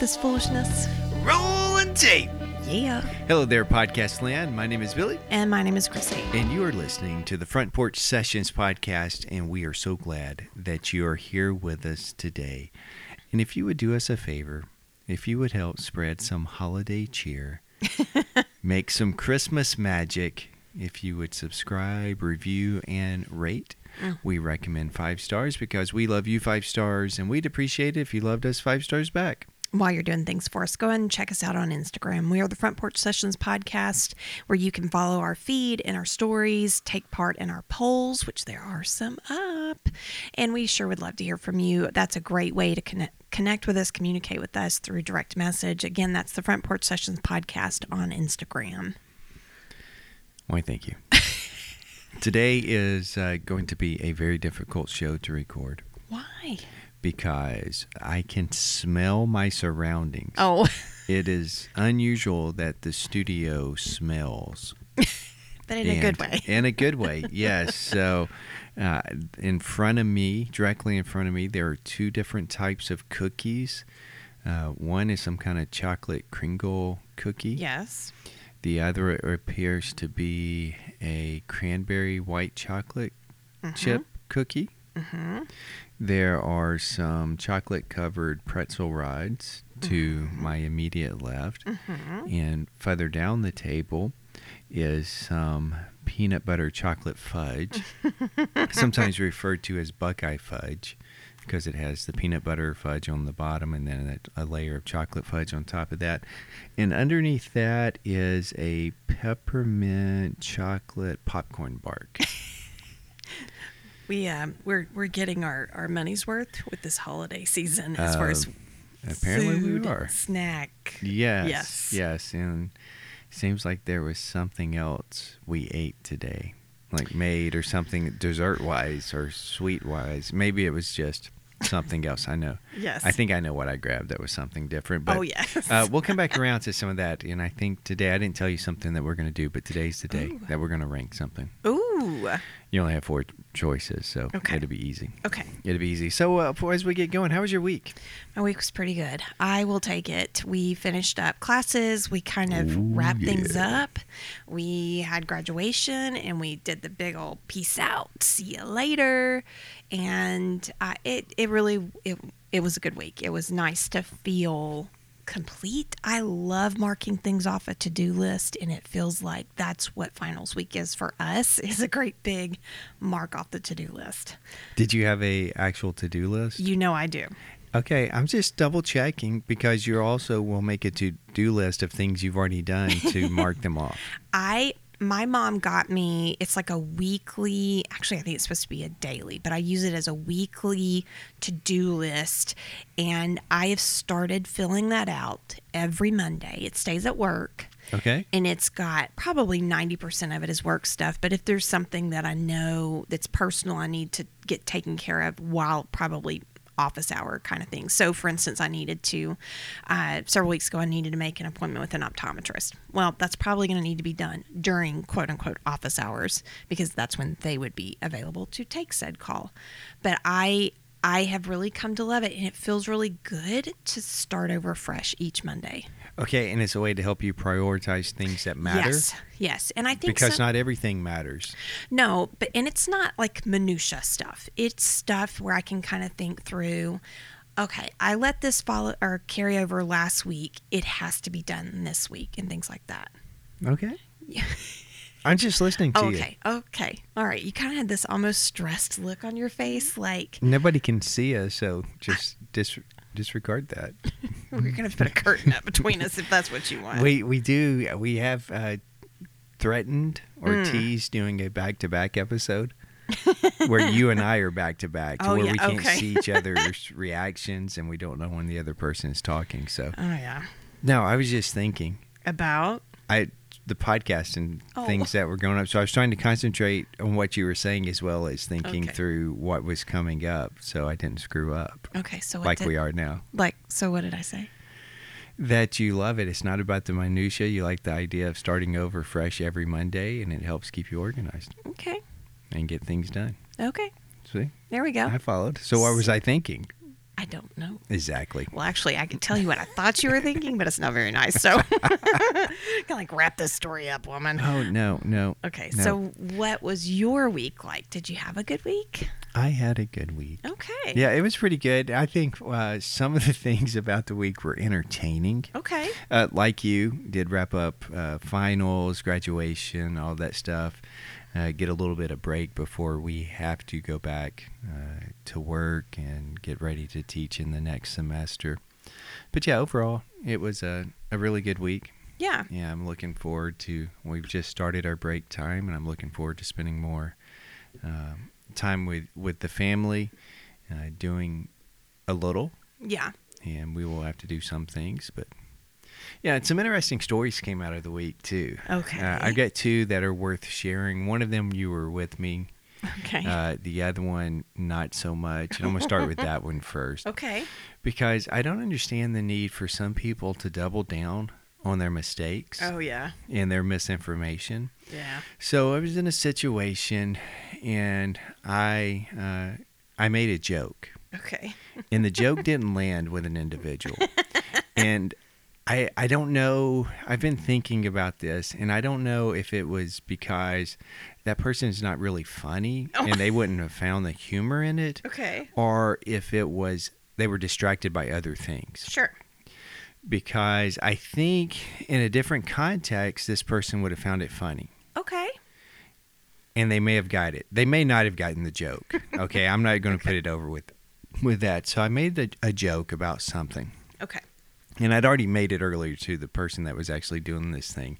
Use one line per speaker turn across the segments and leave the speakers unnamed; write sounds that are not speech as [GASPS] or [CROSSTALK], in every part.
this foolishness.
Rolling tape.
Yeah.
Hello there, podcast land. My name is Billy,
And my name is Chrissy.
and you are listening to the Front Porch Sessions podcast. And we are so glad that you are here with us today. And if you would do us a favor, if you would help spread some holiday cheer, make some Christmas magic, if you would subscribe, review, and rate. We recommend five stars because we love you five stars, and we'd appreciate it if you loved us five stars back.
While you're doing things for us, go ahead and check us out on Instagram. We are the Front Porch Sessions podcast, where you can follow our feed and our stories, take part in our polls, which there are some up, and we sure would love to hear from you. That's a great way to connect. Connect with us, communicate with us through direct message. Again, that's the Front Porch Sessions podcast on Instagram.
Why, thank you. [LAUGHS] Today is uh, going to be a very difficult show to record
Why?
because I can smell my surroundings.
Oh,
It is unusual that the studio smells.
but in a good way.
In a
[LAUGHS]
good way, yes. So, uh, in front of me, directly in front of me, there are two different types of cookies. Uh, one is some kind of chocolate Kringle cookie.
Yes.
The other appears to be a cranberry white chocolate chip cookie.
Mm-hmm.
There are some chocolate covered pretzel rods to my immediate left.
Mm-hmm.
And further down the table is some peanut butter
[LAUGHS]
chocolate fudge, sometimes referred to as Buckeye fudge because it has the peanut butter fudge on the bottom and then a, a layer of chocolate fudge on top of that. And underneath that is a peppermint chocolate popcorn
[LAUGHS]
bark.
We um, we're we're getting our our money's worth with this holiday season as far as
Uh, Apparently,
food,
we are.
snack.
Yes.
Yes.
Yes. And seems like there was something else we ate today, like made or something dessert wise or sweet wise. Maybe it was just something else. I know.
Yes.
I think I know what I grabbed that was something different. But
Oh, yes.
uh, we'll come back around to some of that. And I think today, I didn't tell you something that we're going to do, but today's the day
Ooh.
that we're going to rank something.
Ooh.
You only have four choices, so
Okay.
it'll be easy.
Okay.
It'll be easy. So, uh, for- as we get going, how was your week?
My week was pretty good. I will take it. We finished up classes. We kind of
Ooh,
wrapped things
yeah.
up. We had graduation and we did the big old peace out. See you later. And uh, it it really it it was a good week. It was nice to feel complete. I love marking things off a to-do list and it feels like that's what finals week is for us. [LAUGHS] Is a great big mark off the to-do list.
Did you have a actual to do list?
You know I do.
Okay, I'm just double checking because you also will make a to do list of things you've already done
[LAUGHS]
to mark them off.
I my mom got me it's like a weekly actually I think it's supposed to be a daily, but I use it as a weekly to-do list and I have started filling that out every Monday. It stays at work
Okay.
and it's got probably 90% of it is work stuff but if there's something that i know that's personal i need to get taken care of while probably office hour kind of thing so for instance i needed to uh, several weeks ago i needed to make an appointment with an optometrist well that's probably going to need to be done during quote unquote office hours because that's when they would be available to take said call but i i have really come to love it and it feels really good to start over fresh each monday
Okay, and it's a way to help you prioritize things that matter
yes yes and i think
because
some-
not everything matters.
No, but and it's not like minutia stuff. It's stuff where I can kind of think through. Okay, I let this follow or carry over last week. It has to be done this week and things like that.
Okay.
Yeah. Oh,
I'm just listening to
okay, okay, all right. You kind of had this almost stressed look on your face,
[LAUGHS]
like
you. Nobody can see us, so just dis- disregard that.
[LAUGHS] we're gonna have to put a curtain up between us if that's what you want.
We we do we have uh, threatened or
Hmm.
teased doing a back to back episode where you and I are back
[LAUGHS]
to back to
Oh,
where
yeah,
we can't
okay.
see
[LAUGHS]
each other's reactions and we don't know when the other person is talking. So
Oh yeah,
no, I was just thinking
about
I the podcast and
Oh.
things that were going up. So I was trying to concentrate on what you were saying as well as thinking
Okay.
through what was coming up, so I didn't screw up
okay. So what
like
did,
we are now.
Like so, what did I say?
that you love it. It's not about the minutia. You like the idea of starting over fresh every Monday, and it helps keep you organized
Okay,
and get things done.
okay.
See,
There we go.
I followed. So what was I thinking?
I I don't know.
Exactly.
Well, actually, I can tell you what I thought you were thinking, but it's not very nice.
[LAUGHS]
So, can like wrap this story up, woman.
Oh no, no.
Okay,
no.
so what was your week like? Did you have a good week?
I had a good week.
Okay.
Yeah, it was pretty good. I think uh, some of the [LAUGHS] things about the week were entertaining.
Okay.
Uh, like you did wrap up uh, finals, graduation, all that stuff. Uh, get a little bit of break before we have to go back uh, to work and get ready to teach in the next semester. But yeah, overall, it was a, a really good week.
Yeah.
Yeah, I'm looking forward to. We've just started our break time, and I'm looking forward to spending more um, time with with the family, uh, doing a little,
Yeah.
and we will have to do some things. But yeah, and some interesting stories came out of the week too.
Okay.
uh, I've got two that are worth sharing. One of them you were with me.
Okay.
Uh, the other one, not so much. And I'm
[LAUGHS]
gonna start with that one first
okay.
because I don't understand the need for some people to double down on their mistakes
Oh yeah.
and their misinformation.
Yeah.
So I was in a situation, and I uh, I made a joke,
Okay.
and the joke didn't land with an individual, and. I, I don't know. I've been thinking about this, and I don't know if it was because that person is not really funny and they wouldn't have found the humor in it,
Okay.
or if it was they were distracted by other things
Sure.
because I think in a different context, this person would have found it funny
Okay.
and they may have got it. They may not have gotten the joke. Okay. I'm not going to put it over with, with that. So I made the, a joke about something
Okay.
and I'd already made it earlier to the person that was actually doing this thing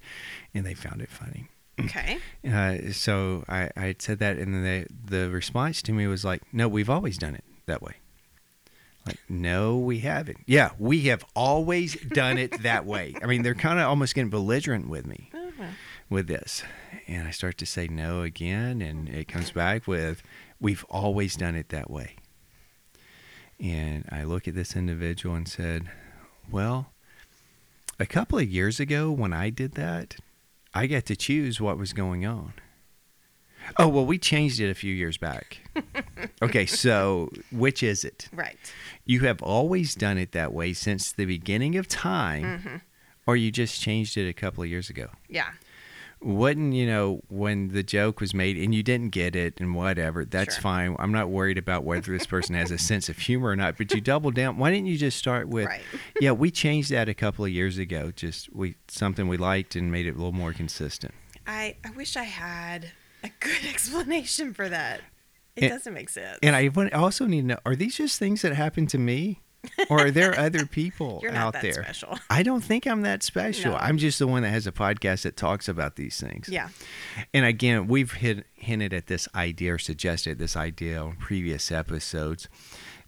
and they found it funny.
Okay.
Uh, so I, I had said that and then they, the response to me was like, no, we've always done it that way. Like, no, we haven't. Yeah, we have always done it that way. I mean, they're kind of almost getting belligerent with me
Uh-huh.
with this. And I start to say no again, and it comes back with, We've always done it that way. And I look at this individual and said, Well, a couple of years ago when I did that, I got to choose what was going on. Oh, well, we changed it a few years back. okay, so which is it?
Right.
You have always done it that way since the beginning of time,
Mhm.
or you just changed it a couple of years ago
Yeah.
wouldn't you know when the joke was made and you didn't get it and whatever that's
Sure.
fine i'm not worried about whether this
[LAUGHS]
person has a sense of humor or not but you double down why didn't you just start with
Right.
[LAUGHS] yeah we changed that a couple of years ago just we something we liked and made it a little more consistent
I I wish I had a good [LAUGHS] explanation for that. It
And-
doesn't make sense.
and i want- also need to know are these just things that happen to me or are there
[LAUGHS]
other people
You're not
out
that
there
special.
i don't think i'm that special
No.
i'm just the one that has a podcast that talks about these things
Yeah.
And again, we've hit, hinted at this idea or suggested this idea on previous episodes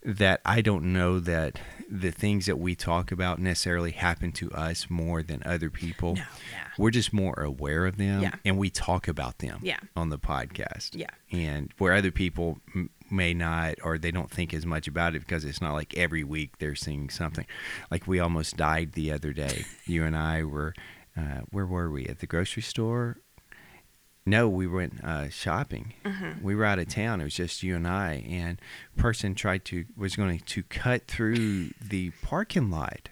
that I don't know that the things that we talk about necessarily happen to us more than other people.
No, yeah.
We're just more aware of them
Yeah.
and we talk about them
Yeah.
on the podcast.
Yeah.
And where other people m- may not or they don't think as much about it because it's not like every week they're seeing something. Like we almost died the other day. you and I were, uh, where were we? At the grocery store? No, we went uh, shopping.
Mm-hmm.
We were out of town. It was just you and I. And person tried to was going to cut through the parking lot,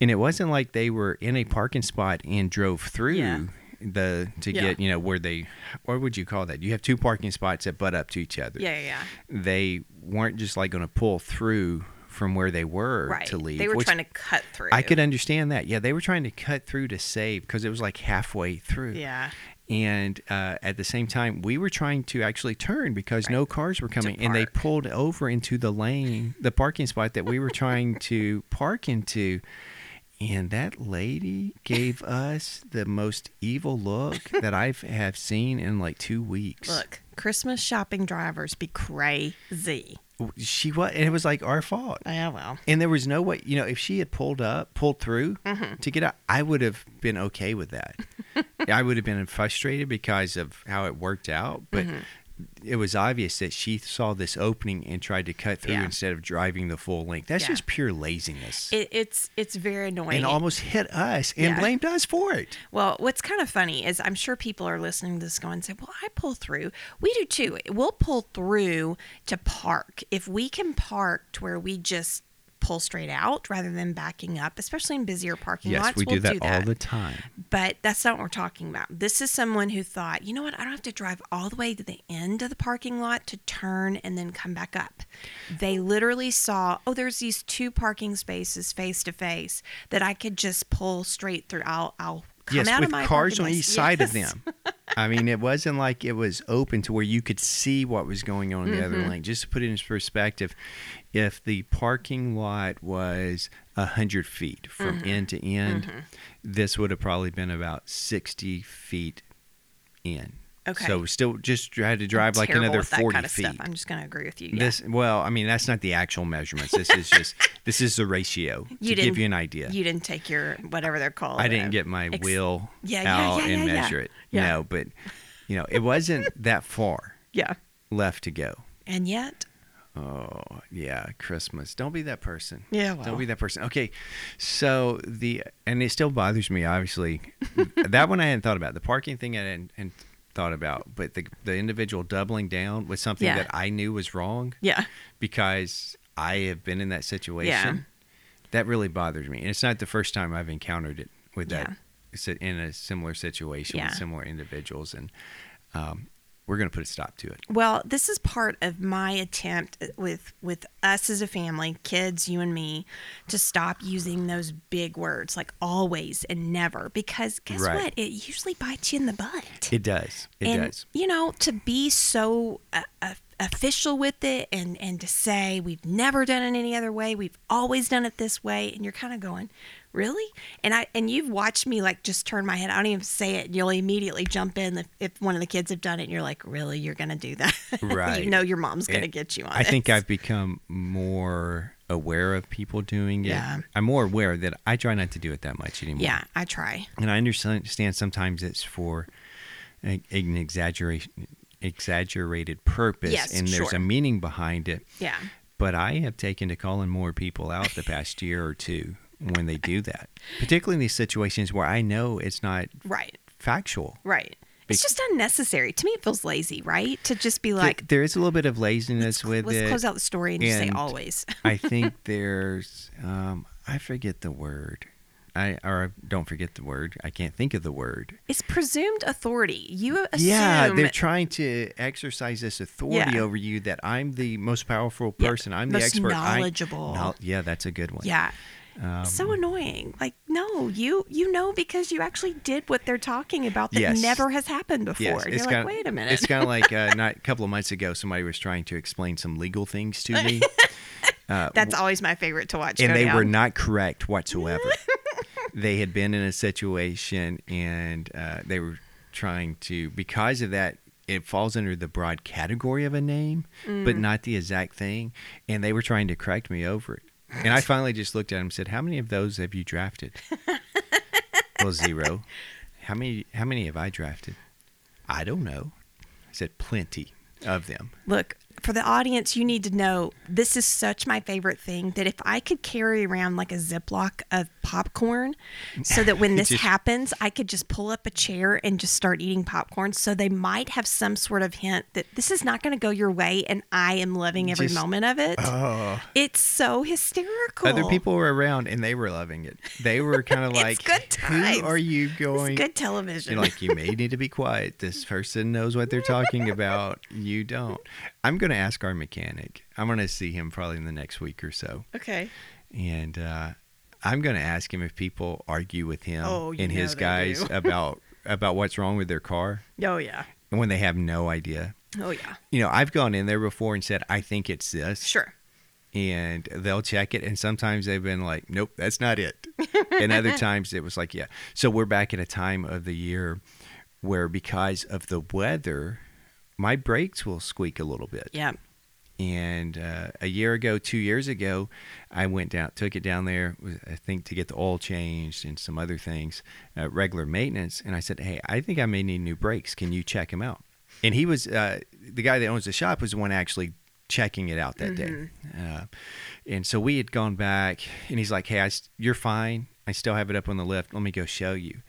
and it wasn't like they were in a parking spot and drove through
Yeah.
the to
Yeah.
get you know where they what would you call that? You have two parking spots that butt up to each other.
Yeah. Yeah. yeah.
They weren't just like going to pull through from where they were
Right.
to leave.
they were
which
trying to cut through.
I could understand that. Yeah, they were trying to cut through to save because it was like halfway through.
Yeah.
And uh, at the same time, we were trying to actually turn because no cars were coming, and they
park.
pulled over into the lane, the parking spot that we were trying to park into. And that lady gave us the most evil look that I have seen in like two weeks.
Look, Christmas shopping drivers be crazy.
she was, and it was like our fault.
Yeah, well.
And there was no way, you know, if she had pulled up, pulled through
Mm-hmm.
to get out, I would have been okay
[LAUGHS]
with that. I would have been frustrated because of how it worked out, but
Mm-hmm.
it was obvious that she saw this opening and tried to cut through
Yeah.
instead of driving the full length. That's
Yeah.
just pure laziness.
It, it's it's very annoying.
and almost hit us and
Yeah.
blamed us for it.
Well, what's kind of funny is I'm sure people are listening to this going and say, Well, I pull through. We do too. We'll pull through to park. If we can park to where we just pull straight out rather than backing up, especially in busier parking
yes,
lots.
we do,
we'll
that all the time.
but that's not what we're talking about. This is someone who thought, you know what, I don't have to drive all the way to the end of the parking lot to turn and then come back up. They literally saw, oh, there's these two parking spaces face to face that I could just pull straight through. I'll, I'll come
yes,
out
with
of my
cars
parking
on
lot.
each side of
Yes.
them. I mean, it wasn't like it was open to where you could see what was going on in the
Mm-hmm.
other lane. Just to put it in perspective, if the parking lot was a hundred feet from
Mm-hmm.
end to end, this would have probably been about sixty feet in.
Okay.
So still, just had to drive like
Terrible
another
with that
forty
kind of
feet.
Stuff. I'm just going to agree with you. Yeah.
This well, I mean, that's not the actual measurements. This is just this is the ratio
[LAUGHS] You
to give
didn't-
you an idea.
you didn't take your whatever they're called.
I didn't
uh,
get my
ex-
wheel
Yeah, yeah,
out
yeah,
and
yeah, yeah.
measure it.
Yeah.
No, but you know, it wasn't that far
Yeah,
left to go.
and yet,
Oh yeah, Christmas. Don't be that person.
yeah,
Don't be that person. Okay, so the and it still bothers
[LAUGHS]
me. Obviously, that one I hadn't thought about. The parking thing I hadn't, hadn't thought about, but the the individual doubling down was something
Yeah.
that I knew was wrong
yeah,
because I have been in that situation. That really bothers me. And it's not the first time I've encountered it with that
Yeah.
it's a- in a similar situation
Yeah.
with similar individuals. And um, we're going to put a stop to it.
Well, this is part of my attempt with with us as a family, kids, you and me, to stop using those big words like always and never because guess
Right.
what? It usually bites you in the butt.
It does. It
and
does.
you know, to be so uh, uh, official with it and and to say we've never done it any other way, we've always done it this way, and you're kind of going, really? And I and you've watched me like just turn my head. I don't even say it. and You'll immediately jump in if, if one of the kids have done it. and You're like, really? You're gonna do that? [LAUGHS]
Right.
you know, your mom's gonna
And
get you on.
I think
this.
I've become more aware of people doing it.
Yeah.
I'm more aware that I try not to do it that much anymore.
Yeah, I try.
And I understand sometimes it's for a- an exaggeration, exaggerated purpose,
Yes,
and there's
sure.
a meaning behind it.
Yeah.
But I have taken to calling more people out the past year or two when they do that, particularly in these situations where I know it's not
Right.
factual.
Right.
Bec-
It's just unnecessary. To me, it feels lazy, right? To just be
There-
like,
there is a little bit of laziness with
let's
it.
close out the story and, just say
and-
always. [LAUGHS]
I think there's, um, I forget the word. I or don't forget the word. I can't think of the word.
It's presumed authority. You assume.
Yeah, they're trying to exercise this authority over you that I'm the most powerful
Yeah,
person. I'm the
most
expert. I-
knowledgeable.
Knowl- yeah, that's a good one.
yeah.
um,
so annoying. Like, no, you you know because you actually did what they're talking about that
Yes.
never has happened before.
Yes,
and you're like,
kinda,
wait a minute.
It's kind of
[LAUGHS]
like uh, not a couple of months ago, somebody was trying to explain some legal things to
[LAUGHS]
me,
That's always my favorite to watch.
and
go
they
down.
were not correct whatsoever. they had been in a situation, and uh, they were trying to because of that. It falls under the broad category of a name, but not the exact thing. And they were trying to correct me over it. And I finally just looked at him and said, "How many of those have you drafted?" well, zero. How many? How many have I drafted? I don't know. I said plenty of them.
Look, for the audience, you need to know this is such my favorite thing that if I could carry around like a Ziploc of popcorn so that
[LAUGHS]
when this
Just-
happens, I could just pull up a chair and just start eating popcorn. So they might have some sort of hint that this is not going to go your way and I am loving every
Just- uh,
moment of it. it's so hysterical.
Other people were around and they were loving it. They
[LAUGHS]
were kind of like,
good times.
"Who are you
It's
going?"
good television.
You're like, "You may need to be quiet. This person knows what they're talking about. You don't." I'm going to ask our mechanic. I'm going to see him probably in the next week or so,
okay.
and uh, I'm going to ask him if people argue with him
Oh, you
and his
know they
guys
do. [LAUGHS]
about about what's wrong with their car
Oh, yeah.
and when they have no idea.
Oh, yeah.
You know, I've gone in there before and said, "I think it's this."
Sure.
and they'll check it and sometimes they've been like nope that's not it and other times it was like yeah so we're back at a time of the year where because of the weather my brakes will squeak a little bit
Yeah.
and uh, a year ago two years ago i went down took it down there i think to get the oil changed and some other things uh, regular maintenance and i said hey i think i may need new brakes can you check them out and he was uh, the guy that owns the shop was the one actually checking it out that day uh, and so we had gone back and he's like hey I, s- you're fine i still have it up on the lift let me go show you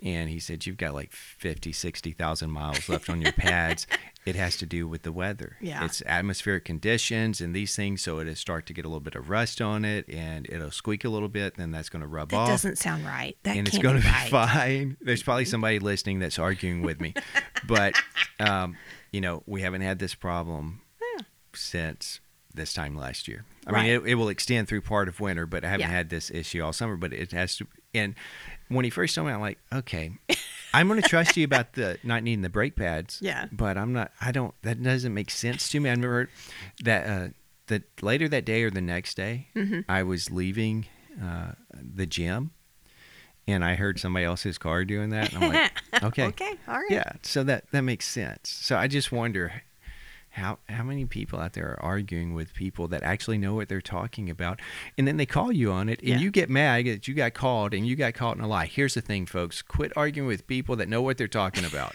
and he said you've got like 50 60,000 miles left on your pads it has to do with the weather
Yeah.
it's atmospheric conditions and these things so it'll start to get a little bit of rust on it and it'll squeak a little bit then that's going to rub
That
off
doesn't sound right. That
and
can't
it's going to be
right.
fine. There's
[LAUGHS]
probably somebody listening that's arguing with me, but um, you know we haven't had this problem since this time last year. I mean,
Right.
it, it will extend through part of winter, but I haven't
Yeah.
had this issue all summer. But it has to. And when he first told me, I'm like, okay, I'm going to trust you about the not needing the brake pads.
[LAUGHS] Yeah.
But I'm not. I don't. That doesn't make sense to me. I remember that. Uh, that later that day or the next day, I was leaving uh, the gym, and I heard somebody else's car doing that, and I'm like, okay,
Okay, all right.
yeah. So that that makes sense. So I just wonder how how many people out there are arguing with people that actually know what they're talking about, and then they call you on it, and
Yeah.
you get mad that you got called and you got caught in a lie. Here's the thing, folks: quit arguing with people that know what they're talking about.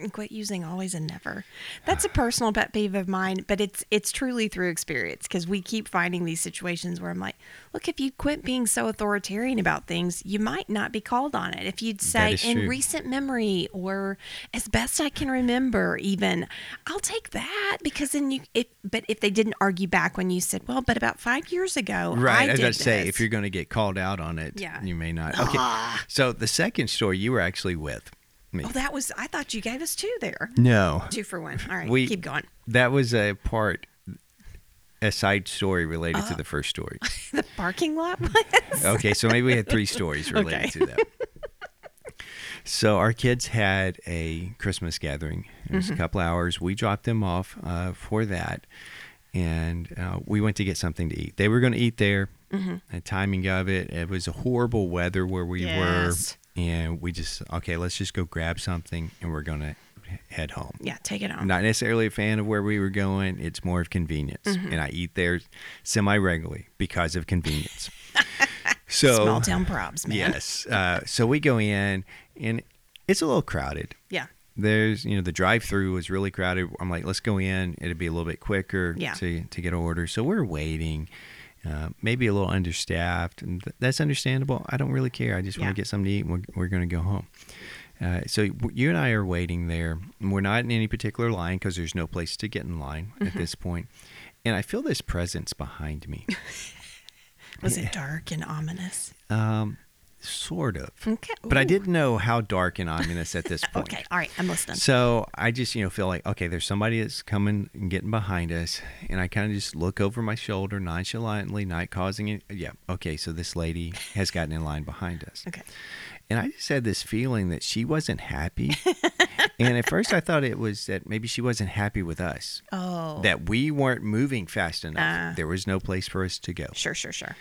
and quit using always and never. That's a personal pet peeve of mine, but it's it's truly through experience because we keep finding these situations where I'm like, look, if you quit being so authoritarian about things, you might not be called on it. If you'd say
is
in
true.
recent memory or as best I can remember, even I'll take that because then you if but if they didn't argue back when you said, well, but about five years ago, I,
Right. I, was
did
about to say,
this."
if you're going to get called out on it,
Yeah.
you may not. Okay. So the second story you were actually with me.
oh, that was I thought you gave us two there,
no.
two for one. All right,
We-
keep
[LAUGHS]
going.
That was a part, a side story related to the
Ah. [LAUGHS]
first story.
The parking lot was
[LAUGHS] Okay, so maybe we had three stories related
Okay.
to that. So our kids had a Christmas gathering. It was a
Mm-hmm.
couple hours. We dropped them off uh, for that, and uh, we went to get something to eat. They were going to eat there.
Mm-hmm.
The timing of it, it was horrible weather where we
Yes.
were, and we just okay, let's just go grab something, and we're going to head home.
yeah, take it on.
I'm not necessarily a fan of where we were going. It's more of convenience,
Mm-hmm.
and I eat there semi regularly because
[LAUGHS]
of convenience. so
small town probs, man.
yes, uh, so we go in, and it's a little crowded.
Yeah.
There's you know the drive through was really crowded. I'm like, let's go in. It'd be a little bit quicker
Yeah.
to to get an order. So we're waiting. Uh, maybe a little understaffed, and th- that's understandable. I don't really care. I just want
Yeah.
to get something to eat. And we're we're going to go home. Uh, so w- you and I are waiting there. and We're not in any particular line because there's no place to get in line at
Mm-hmm.
this point. And I feel this presence
[LAUGHS]
behind me,
Was it dark and ominous?
sort of.
Okay.
But I
Ooh.
didn't know how dark and ominous at this
[LAUGHS]
point.
Okay. All right. I'm listening.
So I just, you know, feel like, okay, there's somebody that's coming and getting behind us. And I kind of just look over my shoulder nonchalantly, not causing it. Yeah. Okay. So this lady has gotten in line behind us.
okay.
And I just had this feeling that she wasn't happy. and at first I thought it was that maybe she wasn't happy with us,
Oh.
that we weren't moving fast enough.
Ah.
there was no place for us to go
sure. Sure. Sure.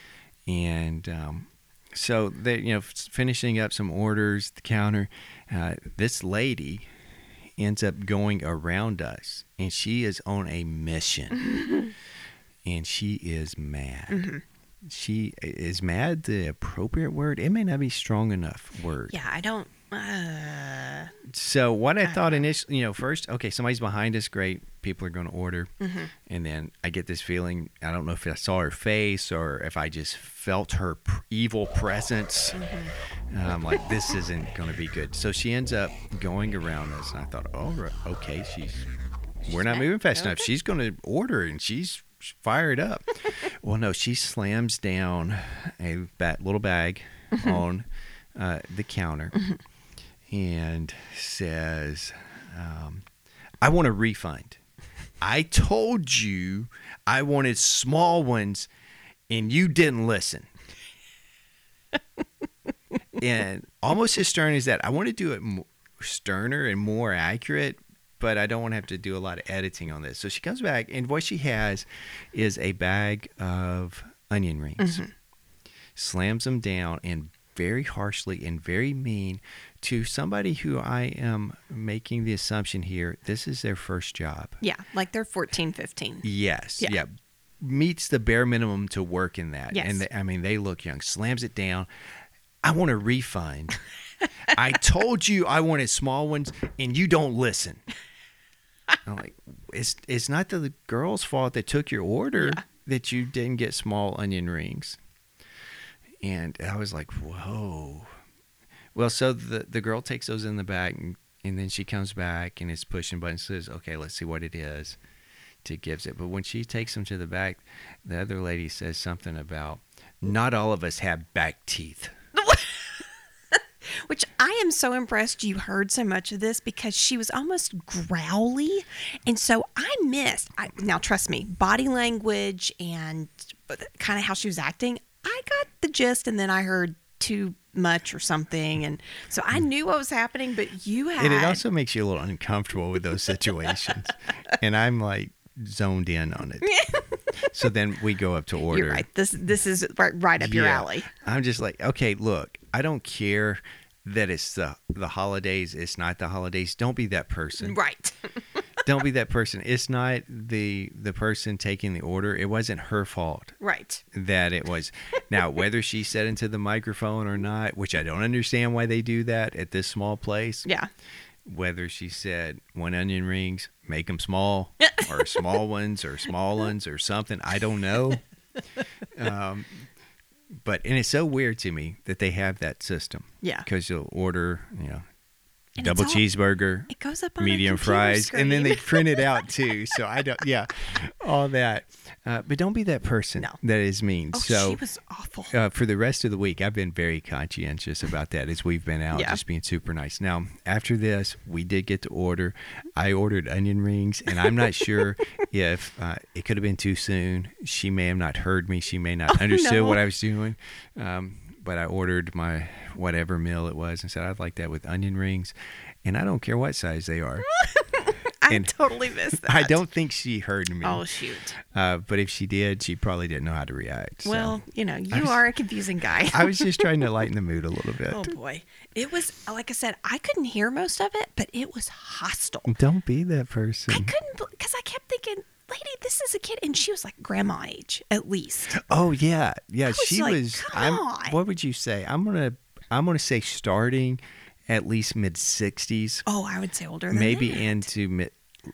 and um, so they you know f- finishing up some orders at the counter uh, this lady ends up going around us and she is on a mission and she is mad she is mad the appropriate word it may not be strong enough word
Yeah. I don't. Uh,
so what I thought initially, you know, first, okay, somebody's behind us, great. People are going to order, and then I get this feeling. I don't know if I saw her face or if I just felt her p- evil presence. And I'm like, this isn't going to be good. So she ends up going around us, and I thought, oh, right, okay, she's we're not
mad.
moving fast enough.
Okay.
She's going to order, and she's fired up. well, no, she slams down a ba- little bag on uh, the counter and says, um, I want a refund. I told you I wanted small ones and you didn't listen. and almost as stern as that, I want to do it m- sterner and more accurate, but I don't want to have to do a lot of editing on this. So she comes back, and what she has is a bag of onion rings slams them down and very harshly and very mean to somebody who I am making the assumption here this is their first job.
yeah. Like they're 14, 15.
Yes. Yeah.
Yeah.
Meets the bare minimum to work in that.
Yes.
And they, I mean, they look young. Slams it down. I want a refund. I told you I wanted small ones, and you don't listen. I'm like, it's it's not the girl's fault that took your order that you didn't get small onion rings. And I was like, whoa. Well, so the the girl takes those in the back, and, and then she comes back and is pushing buttons. Says, "Okay, let's see what it is." To gives it, but when she takes them to the back, the other lady says something about not all of us have back teeth.
Which I am so impressed you heard so much of this because she was almost growly. And so I missed, I, now trust me, body language and kind of how she was acting. I got the gist and then I heard too much or something. And so I knew what was happening, but you had.
And Mm. it also makes you a little uncomfortable with those situations.
[LAUGHS]
and I'm like zoned in on it. so then we go up to order.
You're right. This this is right, right up your
Yeah.
alley.
I'm just like, okay, look, I don't care that it's the the holidays. It's not the holidays. Don't be that person.
Right. [LAUGHS]
Don't be that person. It's not the the person taking the order. It wasn't her fault
Right.
that it was. Now, whether she said into the microphone or not, which I don't understand why they do that at this small place.
Yeah.
Whether she said one onion rings, make
[LAUGHS]
them small, or small ones, or small ones, or something, I don't know.
[LAUGHS]
Um, but and it's so weird to me that they have that system.
Yeah.
because you'll order, you know,
And
double
it's all-
cheeseburger,
It goes up on a
medium
computer
fries, and then
screen.
they print
[LAUGHS]
it out too. So I don't, yeah, all that. Uh, but don't be that person
No.
that is mean.
Oh,
so
she was awful. [LAUGHS]
uh, for the rest of the week, I've been very conscientious about that as we've been out,
Yeah.
just being super nice. Now, after this, we did get to order. I ordered onion rings, and I'm not sure
[LAUGHS]
if uh, it could have been too soon. She may have not heard me. She may not
Oh,
understood
no.
what I was doing. Um, but I ordered my whatever meal it was and said, I'd like that with onion rings. And I don't care what size they are.
I
and-
totally missed that.
I don't think she heard me.
Oh shoot.
Uh, but if she did, she probably didn't know how to react. so.
Well, you know, you
was-
are a confusing guy.
I was just trying to lighten the mood a little
[LAUGHS]
bit.
oh boy. It was like I said, I couldn't hear most of it, but it was hostile.
Don't be that
I
person.
couldn't because I kept thinking, lady, this is a kid, and she was like grandma age at
[GASPS]
least.
Oh yeah, yeah.
was
she
like,
was.
"Come
I'm.
on."
What would you say? I'm gonna. I'm gonna say starting at least mid '60s,
Oh, I would say older. Than
maybe
that.
into mid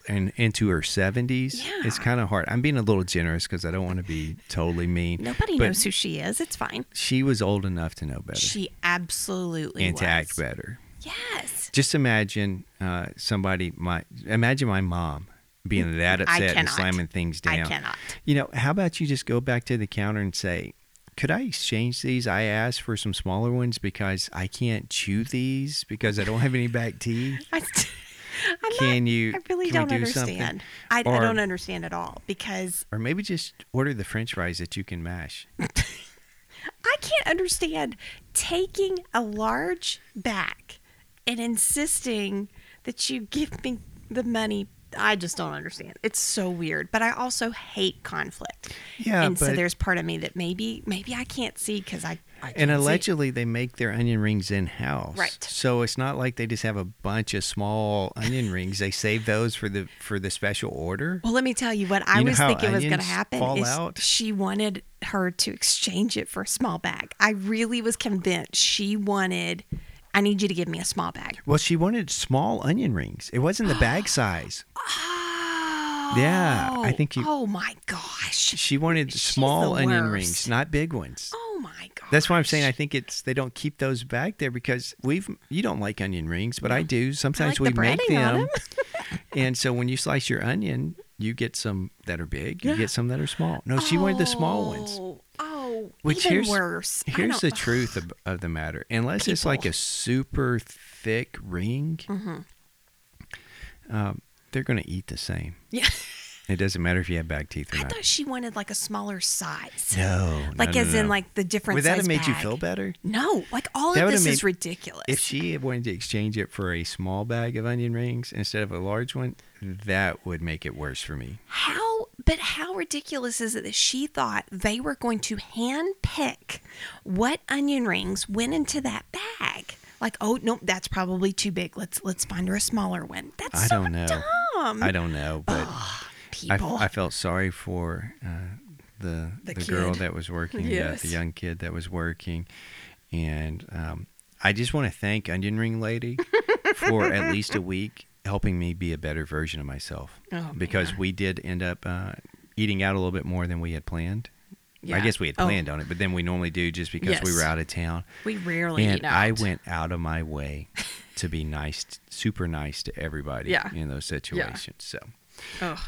and into her 70s. It's
Yeah.
kind of hard. I'm being a little generous because I don't want to be totally mean.
Nobody
but
knows who she is. It's fine.
She was old enough to know better
She absolutely
and to
was.
act better.
Yes.
Just imagine uh, somebody. My imagine my mom being that
Mm, I
upset and
cannot.
slamming things down.
I cannot. [LAUGHS]
You know, how about you just go back to the counter and say, could I exchange these? I asked for some smaller ones because I can't chew these because I don't have any back [LAUGHS] teeth.
I, [LAUGHS] I'm not-
Can you-
I really
can we
don't
do something?
understand. I, I
Or-
don't understand at all because
Or maybe just order the french fries that you can mash.
I can't understand taking a large back and insisting that you give me the money. I just don't understand. It's so weird, but I also hate conflict.
Yeah,
and so
but-
there's part of me that maybe maybe I can't see because I, I can't
And
see.
allegedly, they make their onion rings in house.
Right.
So it's not like they just have a bunch of small onion rings. They save those for the for the special order.
Well, let me tell you what I
You know
was
how
thinking was going to
onions
happen.
fall
is
out?
She wanted her to exchange it for a small bag. I really was convinced she wanted. I need you to give me a small bag.
Well, she wanted small onion rings. It wasn't the
[GASPS]
bag size.
Oh,
Yeah, I think you-
Oh my gosh!
She wanted small
the
onion
worst.
rings, not big ones.
Oh my gosh!
That's why I'm saying I think it's they don't keep those back there because we've you don't like onion rings, but I do. Sometimes
like the
we make
breading on [LAUGHS]
them. and so when you slice your onion, you get some that are big, you get some that are small. No, Oh, she wanted the small ones.
Oh, oh,
Which
even
here's
worse. I
here's
don't- [LAUGHS]
the
ugh.
truth of, of the matter. Unless it's like
People.
a super thick ring,
Mm-hmm.
um, they're going to eat the same.
Yeah.
It doesn't matter if you have back teeth or
I
not.
thought she wanted like a smaller size.
No, no,
Like
no,
as
no,
in
no.
like the different.
would that have
size
made you
bag.
feel better?
No, like all
That
of
would have
this is
made-
ridiculous.
If she had wanted to exchange it for a small bag of onion rings instead of a large one, that would make it worse for me.
How, but how ridiculous is it that she thought they were going to hand pick what onion rings went into that bag? Like, oh no, that's probably too big. Let's let's find her a smaller one. That's
I
so
don't know.
dumb.
I don't know, but I,
Um, oh, People,
I felt sorry for uh, the the,
The
girl
kid.
that was working,
Yes.
the, the young kid that was working, and um, I just want to thank Onion Ring Lady for
[LAUGHS]
at least a week helping me be a better version of myself
Oh,
because
man.
we did end up uh, eating out a little bit more than we had planned. I
Yeah.
guess we had
Oh.
planned on it, but then we normally do just because we
Yes.
were out of town.
We rarely
And
eat out.
I went out of my way to be nice, super nice to everybody
Yeah.
in those situations. So,
Ugh.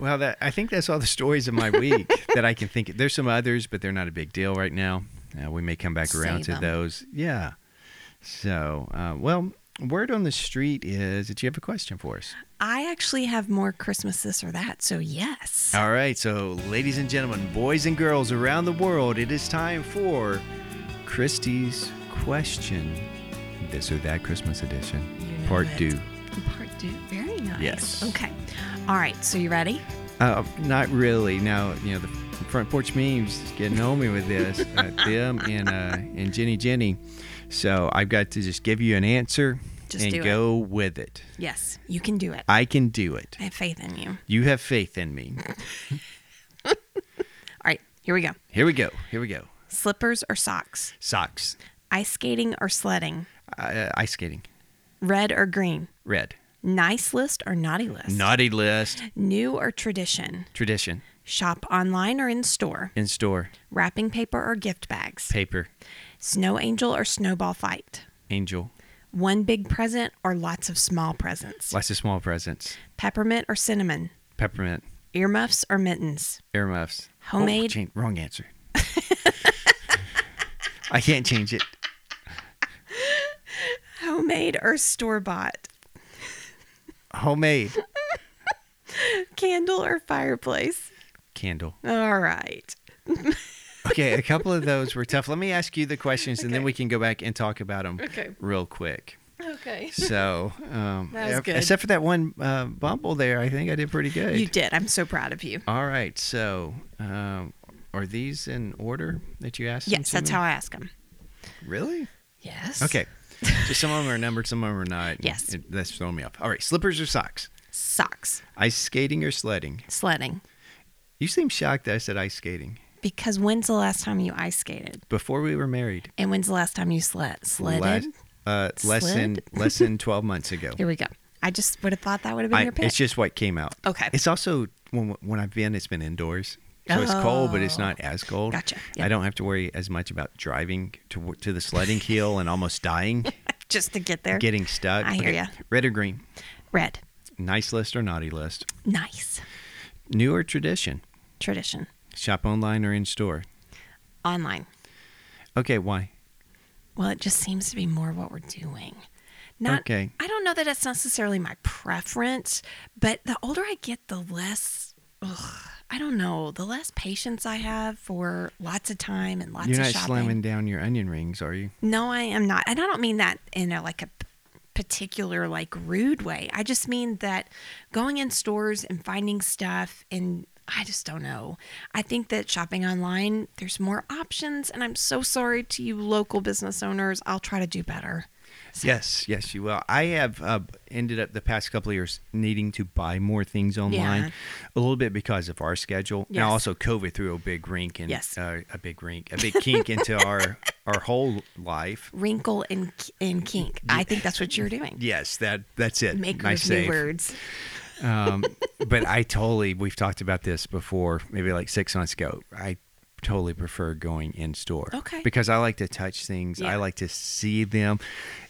well, that I think that's all the stories of
[LAUGHS]
my week that I can think. Of. There's some others, but they're not a big deal right now. Uh, we may come back around
Save
to
'em.
those. Yeah. So, uh, well, word on the street is that you have a question for us.
I actually have more Christmas this or that, so yes.
All right, so ladies and gentlemen, boys and girls around the world, it is time for Christie's question, this or that Christmas edition,
You know
part
it.
two.
Part two. Very nice.
Yes.
Okay. All right. So you ready?
Uh, not really. Now you know the front porch memes is getting on me with this,
[LAUGHS]
uh, them and uh, and Jenny Jenny. So I've got to just give you an answer
Just do
and
it.
go with it.
Yes. You can do it.
I can do it.
I have faith in you. All
You have faith in me.
right. Here we go.
Here we go. Here we go.
Slippers or socks?
Socks,
Ice skating or sledding?
uh, ice skating,
Red or green?
red,
Nice list or naughty list?
naughty list,
New or tradition?
tradition.
Shop online or in store?
in store
Wrapping paper or gift bags?
paper
Snow angel or snowball fight?
angel
One big present or lots of small presents?
lots of small presents
Peppermint or cinnamon?
peppermint
Earmuffs or mittens?
earmuffs Oh,
Homemade-
change, wrong answer [LAUGHS] i can't change it
Homemade or store bought? [LAUGHS]
homemade
Candle or fireplace?
candle
All right.
okay a couple of those were tough let me ask you the questions and then
Okay.
we can go back and talk about them
Okay.
real
[LAUGHS]
quick
Okay.
so um,
That was
ev-
good.
except for that one uh, bumble there i think i did pretty good
You did. I'm so proud of you.
all right so um, are these in order that you asked them
Yes,
to
that's
me?
how I ask them.
really
Yes.
Okay. Just some of them are numbered, some of them are not.
[LAUGHS] Yes.
It- that's throwing me off. All right. Slippers or socks?
Socks,
Ice skating or sledding?
sledding.
You seem shocked that I said ice skating.
Because when's the last time you ice skated?
Before we were married.
And when's the last time you sled? Sledded?
Less, uh, less than
Slid? [LAUGHS]
less than twelve months ago.
Here we go. I just would have thought that would have been
I,
your pick.
it's just what came out.
Okay.
It's also when when I've been, it's been indoors, so it's cold, but it's not as cold.
Oh, Gotcha.
I
Yep.
don't have to worry as much about driving to to the sledding hill and almost
[LAUGHS]
dying,
just to get there.
getting stuck.
I hear ya.
Red or green?
Red.
Nice list or naughty list?
Nice.
New or tradition?
Tradition.
Shop online or in store?
Online.
Okay, why?
Well, it just seems to be more what we're doing. Not,
Okay.
I don't know that it's necessarily my preference, but the older I get, the less, ugh, I don't know, the less patience I have for lots of time and lots
You're
of
not
shopping.
slamming down your onion rings, are you?
No, I am not. And I don't mean that in a like a p- particular like rude way. I just mean that going in stores and finding stuff and I just don't know. I think that shopping online, there's more options and I'm so sorry to you local business owners. I'll try to do better.
Yes, yes, you will. I have uh, ended up the past couple of years needing to buy more things online,
Yeah.
a little bit because of our schedule.
Yes.
Now, also COVID threw a big rink and
Yes.
uh, a big rink, a big kink into our our whole life.
Wrinkle and k- and kink. I think that's what you're doing.
Yes, that that's it.
Maker
nice
of new
save.
words.
um, but I totally we've talked about this before, maybe like six months ago. I totally prefer going in store.
Okay.
Because I like to touch things. I
Yeah.
like to see them.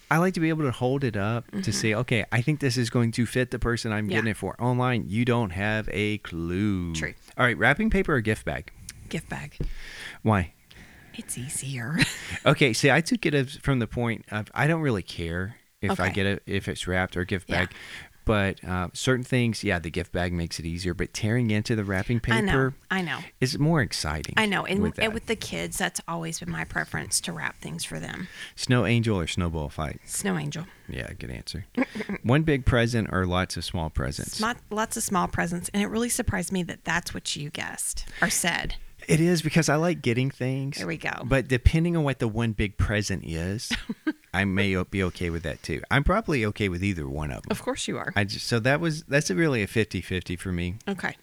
I like to be able to hold it up to say, okay, I think this is going to fit the person I'm
Mm-hmm. Yeah.
getting it for. Online, you don't have a clue.
True.
All right, wrapping paper or gift bag?
Gift bag.
Why?
It's easier. [LAUGHS]
Okay, see, I took it as from the point of I don't really care if I
Okay.
get it if it's wrapped or gift
Yeah.
bag, but uh, certain things, yeah, the gift bag makes it easier. But tearing into the wrapping paper
I know. I know.
is more exciting.
I know. And
with,
with,
that.
and with the kids, that's always been my preference to wrap things for them.
snow angel or snowball fight,
Snow angel.
yeah,
[LAUGHS]
good answer. One big present or lots of small presents.
Smot, lots of small presents, and it really surprised me that that's what you guessed or said.
It is because I like getting things.
There we go.
But depending on what the one big present
[LAUGHS]
is, I may be okay with that too. I'm probably okay with either one of them.
Of course you are.
I just so that was that's a really a 50-50 for me.
okay.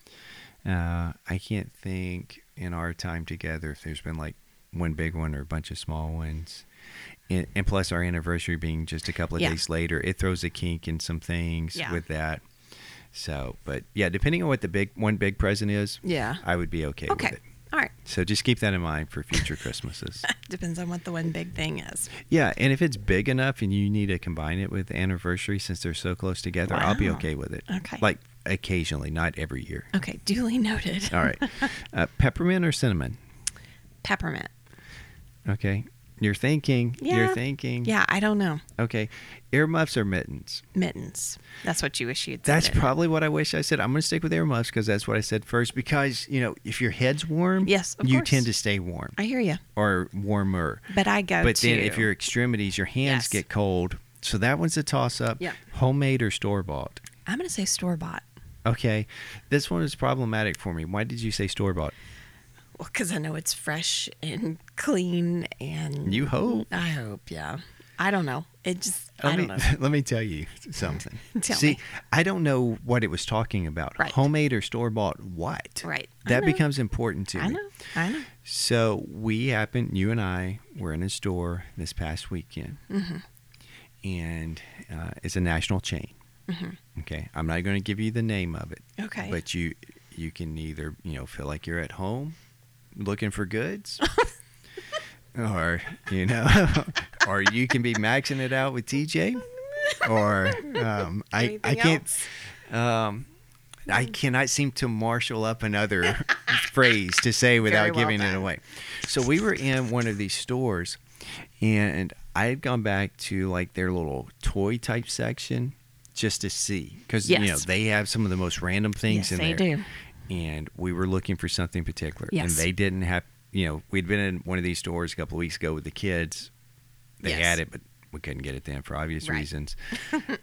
Uh, I can't think in our time together if there's been like one big one or a bunch of small ones. And, and plus, our anniversary being just a couple of
Yeah.
days later, it throws a kink in some things
Yeah.
with that. So, but yeah, depending on what the big one big present is,
Yeah.
I would be okay,
Okay.
with it.
All right. [LAUGHS]
So just keep that in mind for future Christmases. [LAUGHS]
Depends on what the one big thing is.
yeah, and if it's big enough and you need to combine it with anniversary since they're so close together, I'll be
Wow.
okay with it.
Okay.
Like occasionally, not every year.
Okay, duly noted.
All right. [LAUGHS] Uh, peppermint or cinnamon?
[LAUGHS] Peppermint.
Okay. You're thinking. You're
Yeah.
thinking.
Yeah, I don't know.
Okay. Earmuffs or mittens?
Mittens. That's what you wish you'd said
That's
it.
probably what I wish I said. I'm going to stick with earmuffs because that's what I said first. Because you know, if your head's warm,
Yes, of
you
course.
tend to stay warm
I hear you.
or warmer.
But I go
but
to.
then if your extremities, your hands
Yes.
get cold. So that one's a toss up.
Yeah.
Homemade or store bought?
I'm going to say store bought.
Okay, this one is problematic for me. Why did you say store bought?
Well, because I know it's fresh and clean and.
You hope.
I hope, yeah. I don't know. It just.
Let
I
me
don't know.
[LAUGHS] let me tell you something.
[LAUGHS] Tell
See,
me.
I don't know what it was talking about.
Right.
Homemade or store bought? What?
Right. I
That
know.
becomes important to
I
me.
know. I know.
So we happened, you and I were in a store this past weekend,
Mm-hmm.
and uh, it's a national chain. Okay, I'm not going to give you the name of it.
Mm-hmm. Okay.
but you you can either you know feel like you're at home looking
[LAUGHS]
for goods, or you know, [LAUGHS] or you can be maxing it out
[LAUGHS]
with TJ, or um, I I
Anything
can't.
else?
Um, I
Mm.
cannot seem to marshal up another [LAUGHS] phrase to say
Very
without
well
giving it
done.
away. So we were in one of these stores, and I had gone back to like their little toy type section just to see because you know
Yes.
they have some of the most random
Yes,
things in
they
there.
do.
And we were looking for something particular, and
Yes.
they didn't have. You know, we'd been in one of these stores a couple of weeks ago with the kids. They
Yes.
had it, but we couldn't get it then for obvious
Right. [LAUGHS]
reasons.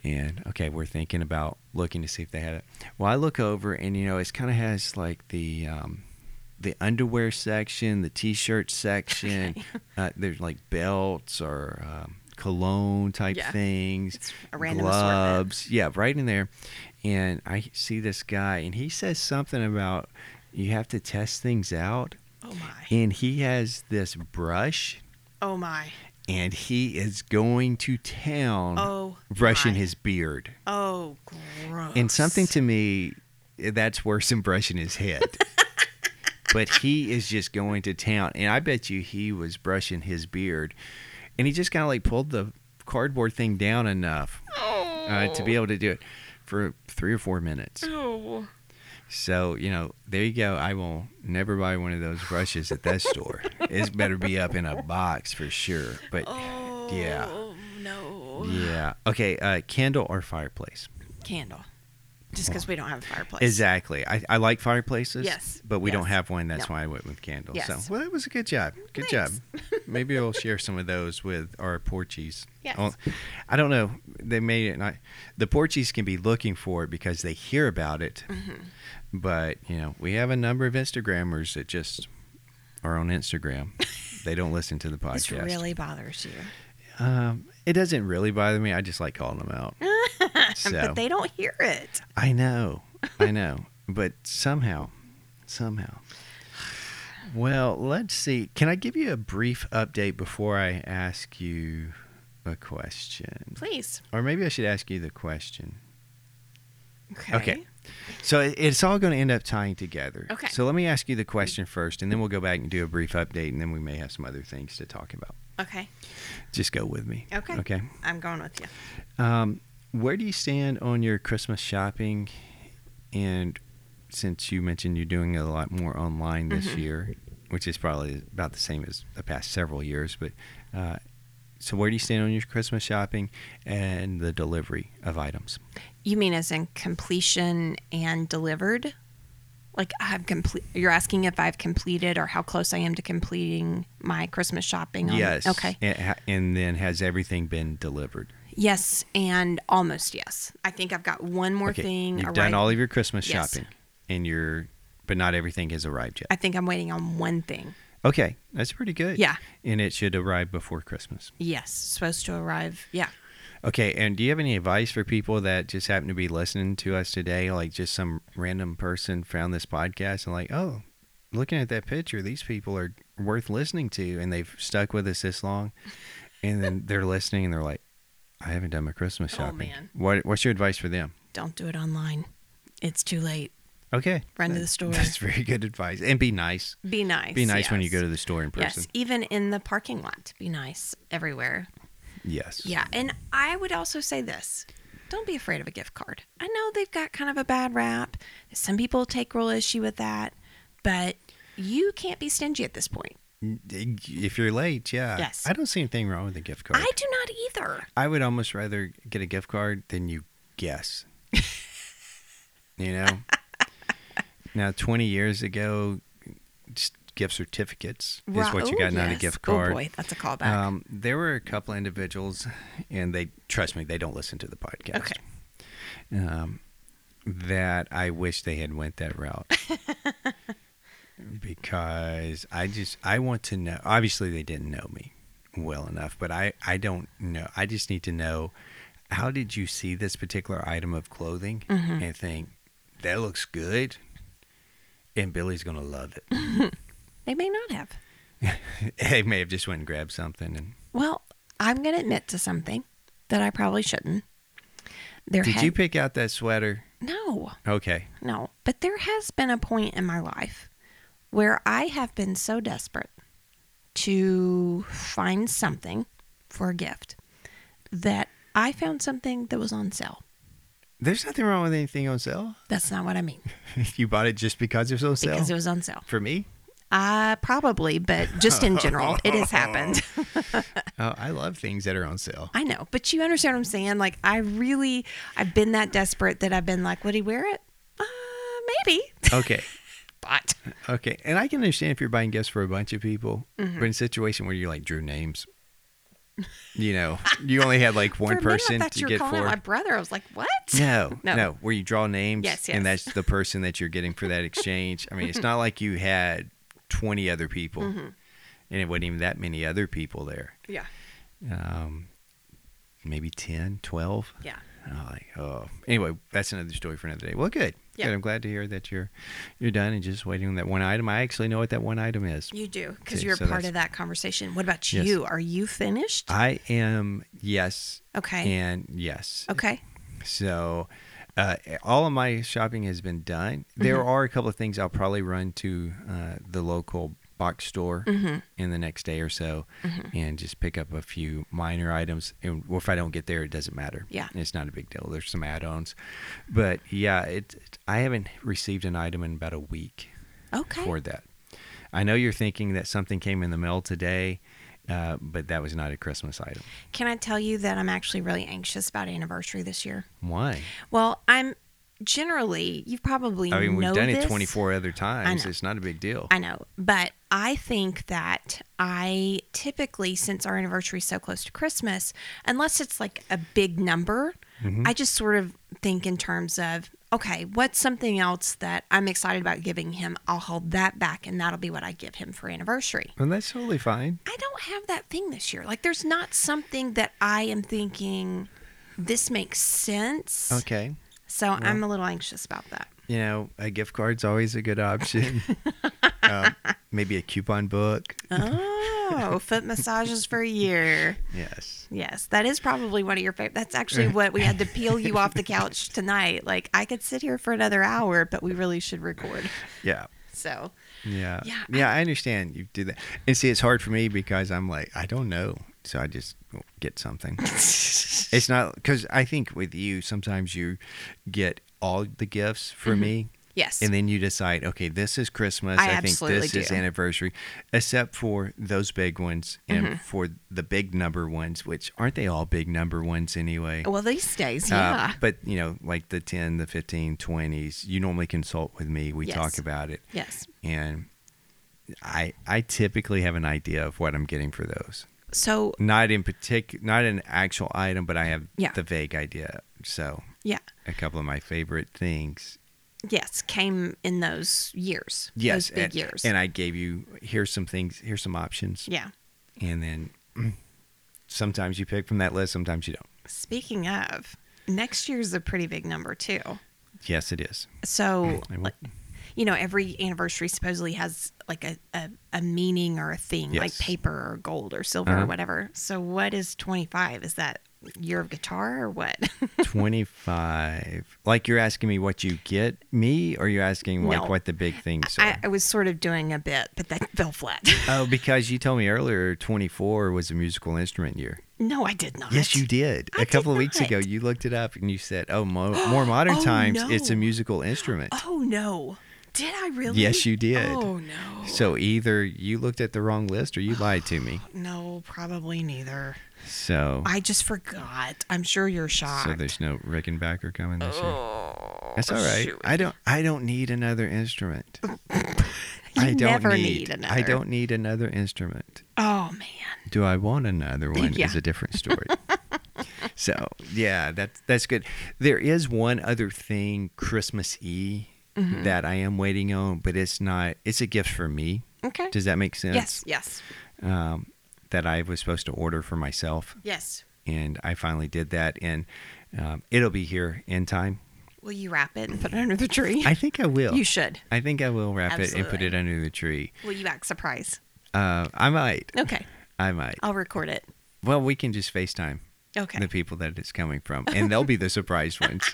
and okay, we're thinking about looking to see if they had it. Well, I look over and you know it's kind of has like the um, the underwear section, the
[LAUGHS]
t-shirt section. uh, there's like belts or um, cologne type
Yeah.
things,
It's a random assortment.
gloves. Yeah, right in there. And I see this guy, and he says something about you have to test things out.
Oh, my.
And he has this brush,
Oh, my.
and he is going to town
Oh,
brushing
my.
his beard.
Oh, gross.
And something to me, that's worse than brushing
[LAUGHS]
his head. but he is just going to town. And I bet you he was brushing his beard. And he just kind of like pulled the cardboard thing down enough
Oh.
uh, to be able to do it for three or four minutes.
Oh.
So, you know, there you go. I will never buy one of those brushes at that
[LAUGHS]
store. It better be up in a box for sure. But
Oh.
yeah.
No.
Yeah. Okay. Uh, candle or fireplace?
Candle. Just because we don't have a fireplace.
Exactly. I, I like fireplaces.
Yes.
But we don't
Yes.
have one. That's
No.
why I went with candles.
Yes.
So, well, it was a good job. Good
Thanks.
job.
[LAUGHS]
Maybe I'll share some of those with our Porchies.
Yes.
Oh, I don't know. They may not. The Porchies can be looking for it because they hear about it.
Mm-hmm.
But, you know, we have a number of Instagrammers that just are on Instagram. they don't
[LAUGHS]
listen to the
This
podcast.
really bothers you.
um, it doesn't really bother me. I just like calling them out. so.
[LAUGHS] Um, But they don't hear it.
I know, I know, [LAUGHS] but somehow, somehow. Well, let's see. Can I give you a brief update before I ask you a question?
Please.
Or maybe I should ask you the question.
Okay.
So it- it's all going to end up tying together.
Okay.
So let me ask you the question first, and then we'll go back and do a brief update, and then we may have some other things to talk about.
Okay.
Just go with me.
Okay.
Okay.
I'm going with you.
Um, where do you stand on your Christmas shopping? And since you mentioned you're doing a lot more online this
Mm-hmm.
year, which is probably about the same as the past several years, but uh, so where do you stand on your Christmas shopping and the delivery of items?
You mean as in completion and delivered? Like I've complete. You're asking if I've completed or how close I am to completing my Christmas shopping. On,
yes.
Okay.
And, ha- and then has everything been delivered?
Yes, and almost yes. I think I've got one more thing.
You've done
arrived-
all of your Christmas
Yes.
shopping, and you're, but not everything has arrived
I
yet.
think I'm waiting on one thing.
Okay, that's pretty good.
Yeah.
And it should arrive before Christmas.
Yes, supposed to arrive. Yeah.
Okay, and do you have any advice for people that just happen to be listening to us today? Like, just some random person found this podcast and, like, oh, looking at that picture, these people are worth listening to, and they've stuck with us this long. And then they're listening and they're like, I haven't done my Christmas
Oh,
shopping.
man.
What, what's your advice for them?
Don't do it online. It's too late.
Okay.
Run to
That-
the store.
[LAUGHS] That's very good advice. And be nice.
Be nice.
Be nice when you
yes.
go to the store in person.
Yes, even in the parking lot. Be nice everywhere.
Yes.
Yeah, and I would also say this. Don't be afraid of a gift card. I know they've got kind of a bad rap. Some people take real issue with that, but you can't be stingy at this point.
If you're late, yeah.
Yes.
I don't see anything wrong with a gift card.
I do not either.
I would almost rather get a gift card than you guess.
[LAUGHS]
you know? Now, 20 years ago, just gift certificates is
Right.
what you
Ooh,
got, not a
yes.
gift card.
Oh boy, that's a callback.
Um, there were a couple individuals, and they trust me, they don't listen to the podcast. Okay. Um, that I wish they had went that route because I just I want to know. Obviously, they didn't know me well enough, but I I don't know. I just need to know how did you see this particular item of clothing and think that looks good, and Billy's gonna love it. [LAUGHS]
they may not have.
they may have just went and grabbed something and.
Well, I'm going to admit to something that I probably shouldn't. There
Did
had-
you pick out that sweater?
No,
Okay.
no. But there has been a point in my life where I have been so desperate to find something for a gift that I found something that was on sale.
There's nothing wrong with anything on sale. [LAUGHS]
That's not what I mean
you bought it just because it's on sale.
because it was on sale.
For me?
Uh, probably, but just in general, it has
[LAUGHS]
happened.
Oh, I love things that are on sale.
I know, but you understand what I'm saying. Like, I really, I've been that desperate that I've been like, would he wear it? Uh, maybe. [LAUGHS]
Okay.
But
Okay. And I can understand if you're buying gifts for a bunch of people,
Mm-hmm.
but in a situation where you like drew names, you know, you only
[LAUGHS]
had like one
for a minute, I
person
thought
to
you were
get
calling
for.
out my brother. I was like, what?
[LAUGHS] No, no,
[LAUGHS] No.
where you draw names
Yes, yes.
and that's the person that you're getting for that exchange. I mean, it's not like you had 20 other people
Mm-hmm.
and it wasn't even that many other people there.
Yeah.
um, maybe 10, 12.
Yeah.
And I'm like, oh, anyway, that's another story for another day. Well, good.
Yeah.
Good. I'm glad to hear that you're you're done and just waiting on that one item. I actually know what that one item is.
You do, because
Okay,
you're a
so
part
that's-
of that conversation. What about
Yes.
you? Are you finished?
I am yes
okay.
and yes.
Okay.
So uh, all of my shopping has been done.
Mm-hmm.
There are a couple of things I'll probably run to uh, the local box store
Mm-hmm.
in the next day or so and just pick up a few minor items. And if I don't get there, it doesn't matter.
Yeah.
It's not a big deal. There's some add ons. But yeah, it, it- I haven't received an item in about a week
Okay.
for that. I know you're thinking that something came in the mail today, uh, but that was not a Christmas item.
Can I tell you that I'm actually really anxious about anniversary this year?
Why?
Well, I'm generally, you've probably
I mean, we've
know
done it
this.
24 other times.
know.
It's not a big deal.
I know, but I think that I typically, since our anniversary is so close to Christmas, unless it's like a big number, I just sort of think in terms of, okay, what's something else that I'm excited about giving him? I'll hold that back, and that'll be what I give him for anniversary.
And that's totally fine.
I don't have that thing this year. Like, there's not something that I am thinking this makes sense.
Okay.
So I'm a little anxious about that.
You know, a gift card's always a good option. um, maybe a coupon book.
Oh, foot massages for a year.
Yes.
Yes, that is probably one of your favorite. That's actually
[LAUGHS]
what we had to peel you off the couch tonight. Like I could sit here for another hour, but we really should record.
Yeah. [LAUGHS]
So
Yeah.
Yeah,
I, understand you do that. And see, it's hard for me because I'm like, I don't know. So I just get something. it's not because I think with you, sometimes you get all the gifts for me.
yes,
And then you decide, okay, this is Christmas.
I
think
absolutely
this is
do.
anniversary, except for those big ones and
Mm-hmm.
for the big number ones, which aren't they all big number ones anyway?
well these days,
Uh,
Oh, yeah,
but, you know, like the 10, the 15, 20s, you normally consult with me. We
Yes.
talk about it.
yes.
And I, I typically have an idea of what I'm getting for those.
So
Not in particular, not an actual item, but I have
Yeah.
the vague idea. So
yeah,
a couple of my favorite things
yes, came in those years.
Yes,
those big
and,
years.
And I gave you here's some things, here's some options,
yeah.
and then [CLEARS THROAT] mm, sometimes you pick from that list, sometimes you don't.
Speaking of, next year's a pretty big number too.
Yes, it is.
So
I will-
like, you know, every anniversary supposedly has like a, a, a meaning or a thing, like
Yes.
paper or gold or silver
Uh-huh.
or whatever. So what is 25? Is that year of guitar or
[LAUGHS]
what? [LAUGHS]
25. Like you're asking me what you get me, or you're asking like
No.
what the big things are?
I, I was sort of doing a bit, but that fell flat. [LAUGHS]
oh, because you told me earlier 24 was a musical instrument year.
no, I did not.
Yes, you did.
I
A couple
did
of weeks ago,
not.
you looked it up and you said, oh, mo-
[GASPS]
more modern
Oh,
times, it's a
no.
musical instrument.
Oh no, did I really?
Yes, you did.
Oh no,
So either you looked at the wrong list or you lied to me.
no, probably neither.
So,
I just forgot. I'm sure you're shocked.
so there's no Rickenbacker coming this year.
Oh,
That's all right.
shoot.
I don't. I don't need
[LAUGHS]
another instrument.
You
I don't
never
need,
need
I
another.
don't need another instrument.
Oh man.
Do I
[LAUGHS]
want another one?
Yeah.
Is a different
[LAUGHS]
story. so yeah, that's that's good. There is one other thing, Christmas E,
Mm-hmm.
that I am waiting on, but it's not. It's a gift for me.
Okay.
Does that make sense?
yes. Yes.
Um, that I was supposed to order for myself,
Yes.
and I finally did that, and um, it'll be here in time.
Will you wrap it
[LAUGHS]
and put it under the tree? [LAUGHS]
I think I will.
you should.
I think I will wrap it and put
Absolutely.
it under the tree.
Will you act surprised?
Uh, I might.
Okay.
I might.
I'll record it.
Well, we can just FaceTime
Okay.
the people that it's coming from, and they'll
[LAUGHS]
be the surprised ones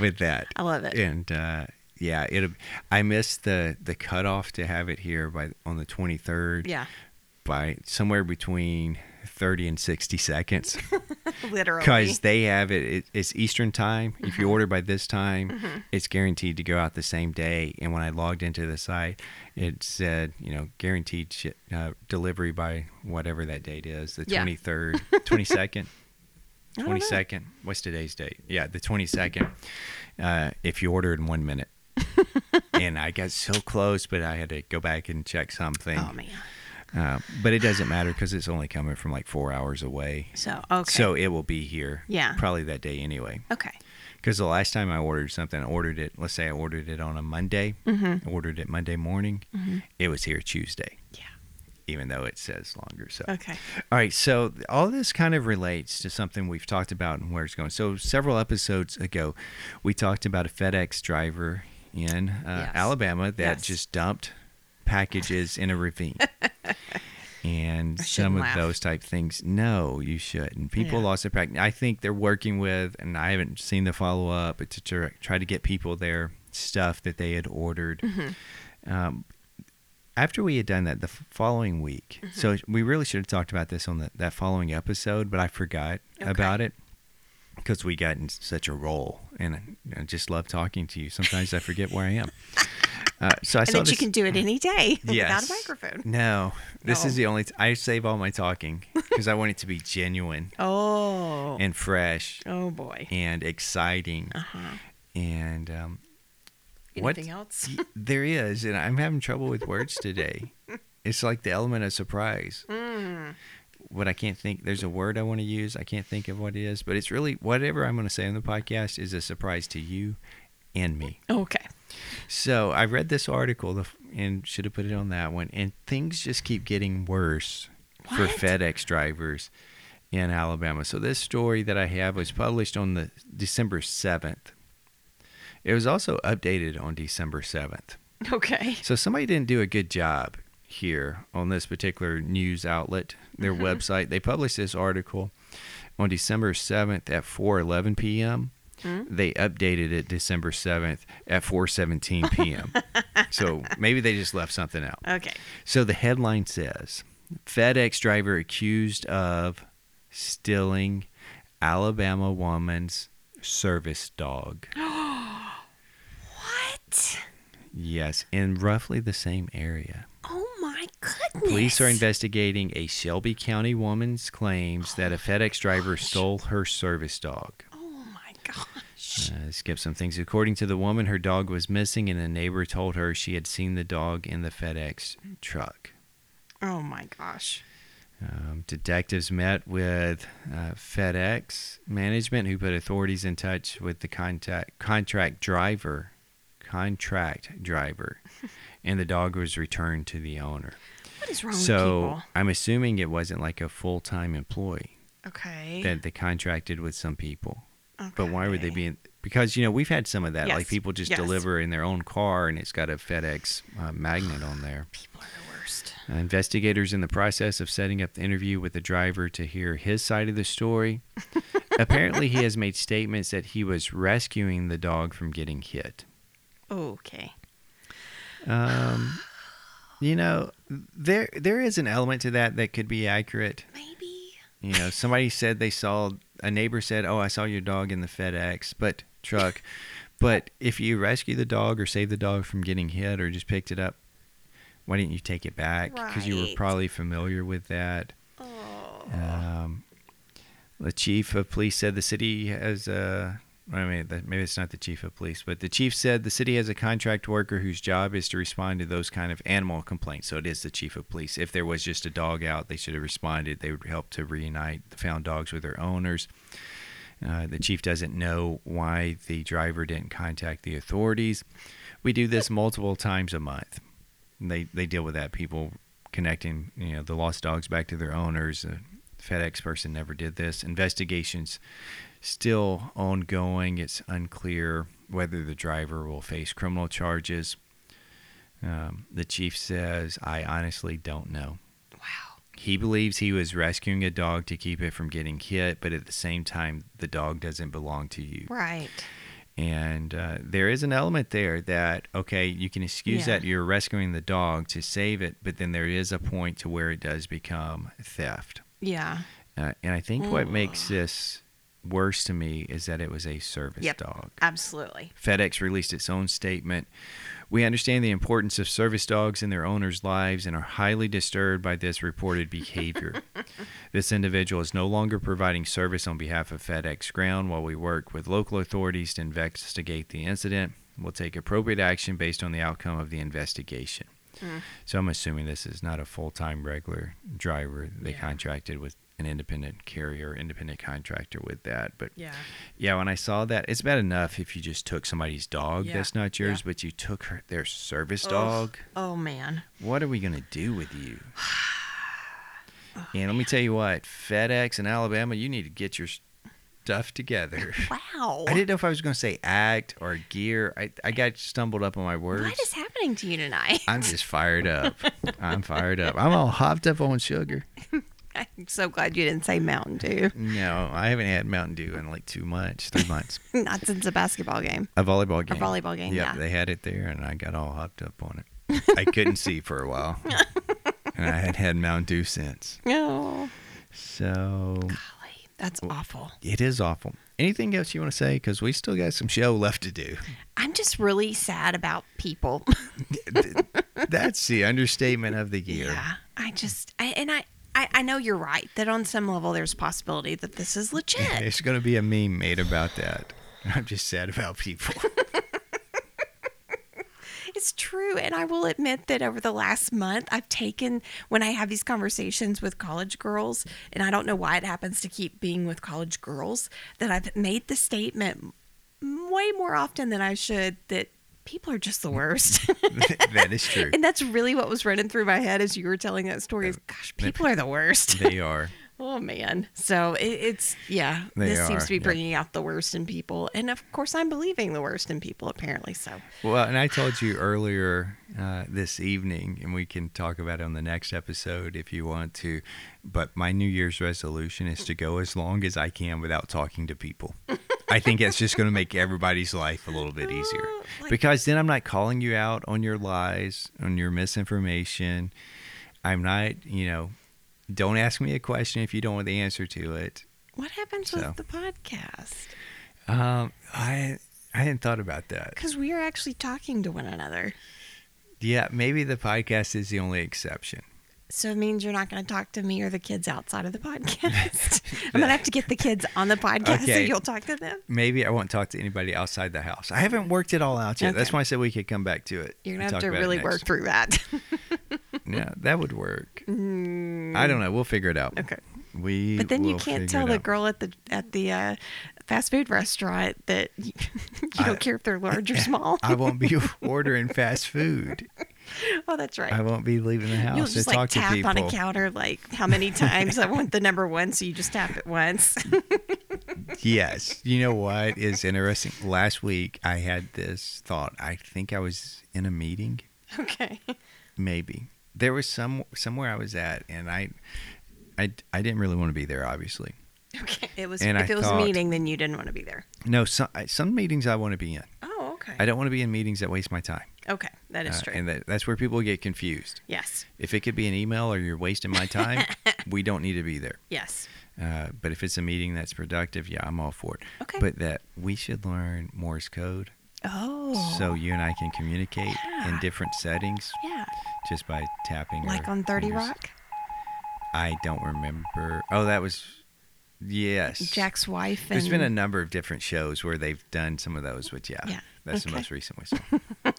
with that.
I love it.
And uh, yeah, it. will I missed the the cutoff to have it here by on the twenty third.
Yeah. [LAUGHS]
By somewhere between thirty and sixty seconds,
[LAUGHS] Literally.
because they have it, it. It's Eastern time. If
Mm-hmm.
you order by this time, it's guaranteed to go out the same day. And when I logged into the site, it said, you know, guaranteed shi uh, delivery by whatever that date is, the
Yeah. [LAUGHS]
twenty third, twenty second.
I don't know.
Twenty second. What's today's date? Yeah, the twenty second. Uh, if you order in
[LAUGHS]
one minute, and I got so close, but I had to go back and check something.
Oh man.
Uh, but it doesn't matter because it's only coming from like four hours away.
So okay.
So it will be here.
Yeah. Uh,
Probably that day anyway.
okay.
Because the last time I ordered something, I ordered it. Let's say I ordered it on a Monday.
Mm-hmm.
I ordered it Monday morning. It was here Tuesday,
Yeah.
even though it says longer. So
Okay.
all right, so th- all this kind of relates to something we've talked about and where it's going. So several episodes ago, we talked about a FedEx driver in uh,
Yes.
Alabama that
Yes.
just dumped packages in
[LAUGHS]
a ravine. And
I
some
shouldn't
of
laugh.
those type things. No, you shouldn't. People
Yeah.
lost their practice. I think they're working with, and I haven't seen the follow up, but to tr- try to get people their stuff that they had ordered.
Mm-hmm.
Um, after we had done that the f- following week
Mm-hmm.
so we really should have talked about this on the, that following episode but i forgot
Okay.
about it because we got in such a roll and I, I just love talking to you sometimes i forget where i am uh, so i
And that
saw
you
this-
can do it any
[LAUGHS]
day without
Yes.
a microphone.
no this is
No.
the only t- i save all my talking because i want it to be genuine
Oh.
and fresh
oh boy.
and exciting
Uh-huh.
and um,
Anything else?
Y- there is, and I'm having trouble with words
[LAUGHS]
today. it's like the element of surprise.
Mm. Hmm.
What I can't think, there's a word I want to use. I can't think of what it is, but it's really whatever I'm going to say on the podcast is a surprise to you and me.
Okay. [LAUGHS]
So I read this article the f- and should have put it on that one. And things just keep getting worse for
What?
FedEx drivers in Alabama. So this story that I have was published on the December 7th. It was also updated on December 7th.
Okay.
So somebody didn't do a good job here on this particular news outlet, their website. They published this article on December 7th at 4:11 p.m. They updated it December 7th at 4:17 p.m. so maybe they just left something out.
Okay. [GASPS]
So the headline says FedEx driver accused of stealing Alabama woman's service dog.
What?
Yes, in roughly the same area.
Oh my goodness.
Police are investigating a Shelby County woman's claims that a FedEx driver stole her service dog.
Oh my gosh.
Uh, skip some things. According to the woman, her dog was missing, and a neighbor told her she had seen the dog in the FedEx truck.
Oh my gosh.
Um, detectives met with uh, FedEx management, who put authorities in touch with the contact contract driver.
[LAUGHS]
Contract driver, and the dog was returned to the owner.
What is wrong with
So
people?
I'm assuming it wasn't like a full time employee
Okay.
that they contracted with some people. But why would they
Okay.
be? In, because you know we've had some of that. Like
Yes.
people just
Yes.
deliver in their own car, and it's got a FedEx uh, magnet on there.
People are the worst.
Uh, investigators in the process of setting up the interview with the driver to hear his side of the story.
[LAUGHS]
Apparently, he has made statements that he was rescuing the dog from getting hit.
Okay.
Um, you know, there there is an element to that that could be accurate.
Maybe.
You know, somebody said they saw a neighbor said, "Oh, I saw your dog in the FedEx, but truck." but if you rescue the dog or save the dog from getting hit or just picked it up, why didn't you take it back? Because you were
Right.
probably familiar with that.
Oh.
Um, the chief of police said the city has a. I mean, the, maybe it's not the chief of police, but the chief said the city has a contract worker whose job is to respond to those kind of animal complaints. So it is the chief of police. If there was just a dog out, they should have responded. They would help to reunite the found dogs with their owners. Uh, the chief doesn't know why the driver didn't contact the authorities. We do this multiple times a month. They they deal with that. People connecting you know the lost dogs back to their owners. uh, The FedEx person never did this. Investigations still ongoing. It's unclear whether the driver will face criminal charges. Um, the chief says, "I honestly don't know."
Wow.
He believes he was rescuing a dog to keep it from getting hit, but at the same time, the dog doesn't belong to you.
Right.
And uh, there is an element there that, okay, you can excuse
Yeah.
that you're rescuing the dog to save it, but then there is a point to where it does become theft.
Yeah.
Uh, and I think what makes this worse to me is that it was a service
Yep.
dog.
Absolutely.
FedEx released its own statement. We understand the importance of service dogs in their owners' lives and are highly disturbed by this reported behavior. this individual is no longer providing service on behalf of FedEx Ground while we work with local authorities to investigate the incident. We'll take appropriate action based on the outcome of the investigation. So I'm assuming this is not a full-time regular driver. They
Yeah.
contracted with an independent carrier, independent contractor with that, but
Yeah.
yeah, when I saw that, it's bad enough if you just took somebody's dog
Yeah,
that's not yours,
yeah.
but you took her, their service
Ugh.
dog.
Oh man.
What are we going to do with you? and let me tell you what FedEx in Alabama, you need to get your stuff together.
Wow.
I didn't know if I was going to say act or gear. I, I got stumbled up on my words.
What is happening to you tonight? [LAUGHS]
I'm just fired up. I'm fired up. I'm all hopped up on sugar.
I'm so glad you didn't say Mountain Dew. [LAUGHS]
No, I haven't had Mountain Dew in like two months, three months.
Not since a basketball game.
A volleyball game.
volleyball game,
Yep,
yeah.
they had it there, and I got all hopped up on it. I couldn't see for
[LAUGHS]
a while, and I had had Mountain Dew since.
No.
So
Golly, that's awful.
it is awful. Anything else you want to say? Because we still got some show left to do.
I'm just really sad about people. [LAUGHS]
That's the understatement of the year.
Yeah. I just, I, and I, I, I know you're right that on some level there's a possibility that this is legit.
There's going to be a meme made about that. I'm just sad
[LAUGHS]
about people.
It's true. And I will admit that over the last month, I've taken, when I have these conversations with college girls, and I don't know why it happens to keep being with college girls, that I've made the statement m- way more often than I should that people are just the
[LAUGHS]
worst.
that is true.
and that's really what was running through my head as you were telling that story is, gosh, people are the worst.
They are.
[LAUGHS] Oh, man. So it, it's, yeah,
They
this seems
are,
to be
yeah.
bringing out the worst in people. And of course, I'm believing the worst in people, apparently. So,
Well, and I told you earlier uh, this evening, and we can talk about it on the next episode if you want to. But my New Year's resolution is to go as long as I can without talking to people. I think that's just going to make everybody's life a little bit easier
Oh, like-
because then I'm not calling you out on your lies, on your misinformation. I'm not, you know, don't ask me a question if you don't want the answer to it.
what happens
So.
with the podcast?
Um, I I hadn't thought about that.
Because we are actually talking to one another.
Yeah, maybe the podcast is the only exception.
So it means you're not going to talk to me or the kids outside of the
[LAUGHS]
podcast. I'm going to have to get the kids on the podcast so
Okay.
you'll talk to them.
maybe I won't talk to anybody outside the house. I haven't worked it all out yet. That's
Okay.
why I said we could come back to it.
You're going
and
to
talk
have to
about it
really
next.
work through that. [LAUGHS]
Yeah, that would work. I don't know. We'll figure it out.
Hmm. okay.
We.
But then you
will
can't
figure
tell
it
the
out.
girl at the at the uh, fast food restaurant that [LAUGHS] you, you don't
I-
care if they're large or small.
[LAUGHS] I won't be ordering fast food.
[LAUGHS] oh, that's right.
I won't be leaving the house
You'll
to
just
talk
like
to
tap
people.
on a counter like how many times I want the number one, so you just tap it once. [LAUGHS]
Yes. You know what is interesting? Last week I had this thought. I think I was in a meeting,
okay.
maybe, there was some somewhere I was at, and I, I, I didn't really want to be there, obviously.
[LAUGHS] Okay. It was
And
if
I
it was
thought-
a meeting, then you didn't want to be there.
No, some some meetings I want to be in.
Oh, okay.
I don't want to be in meetings that waste my time.
okay, that is
Uh,
true.
and that, that's where people get confused.
yes,
If it could be an email or you're wasting
[LAUGHS]
my time, we don't need to be there.
yes,
Uh, but if it's a meeting that's productive, yeah, I'm all for it.
Okay.
But that we should learn Morse code
oh,
so you and I can communicate in
Yeah.
different settings
yeah,
just by tapping.
like
our
on Thirty
fingers.
Rock,
I don't remember. Oh, that was yes.
Jack's wife. And,
There's been a number of different shows where they've done some of those, but yeah,
Yeah.
that's the
Okay.
most recent one.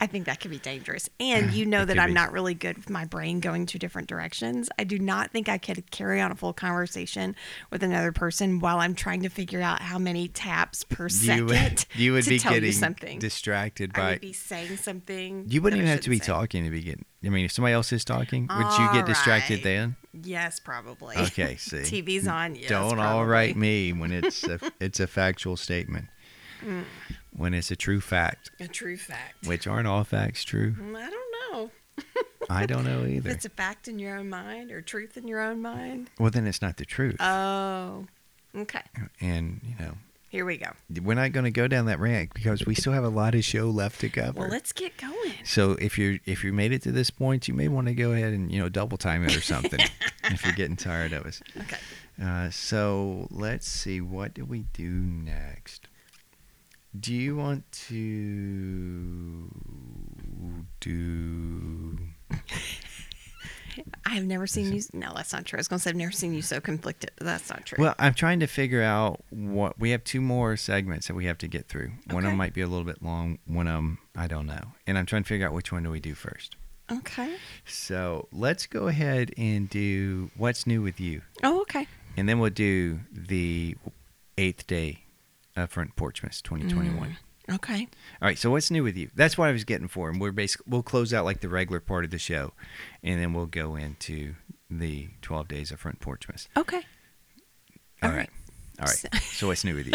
I think that could be dangerous. And
[SIGHS]
you know
That
that
could
I'm
be.
not really good with my brain going to different directions. I do not think I could carry on a full conversation with another person while I'm trying to figure out how many taps per
So
second
you would, [LAUGHS] you would
to
be
tell
getting
you something.
distracted
I
by.
would be saying something.
you wouldn't
that I
even have to be
shouldn't say.
talking to be getting. I mean, if somebody else is talking, would you get distracted
Alright.
then?
Yes, probably. [LAUGHS]
Okay, see.
TV's on. Yes,
Don't
probably.
all
[LAUGHS]
right me when it's a, it's a factual statement.
Mm.
When it's a true fact,
A true fact.
which aren't all facts true?
Mm, I don't know
I
[LAUGHS]
don't know
if
either.
it's a fact in your own mind or truth in your own mind.
well, then it's not the truth.
Oh, okay.
and you know,
Here we go.
we're not going to go down that rant because we still have a lot of show left to cover.
Well, let's get going.
so if you if you made it to this point, you may want to go ahead and you know double time it or
[LAUGHS]
something if you're getting tired of us.
Okay.
Uh, so let's see what do we do next. Do you want to do?
I have never seen you. No, that's not true. I was going to say I've never seen you so conflicted, but that's not true.
Well, I'm trying to figure out what we have two more segments that we have to get through. One of them
Okay.
might be a little bit long. One of them I don't know, and I'm trying to figure out which one do we do first.
okay.
So let's go ahead and do what's new with you,
Oh, okay.
and then we'll do the eighth day of Front Porch Miss 2021.
Okay.
All right, so what's new with you? That's what I was getting for, and we're basically we'll close out like the regular part of the show, and then we'll go into the 12 days of Front Porch Miss.
Okay.
All
All
right,
[LAUGHS]
all right. So what's new with you?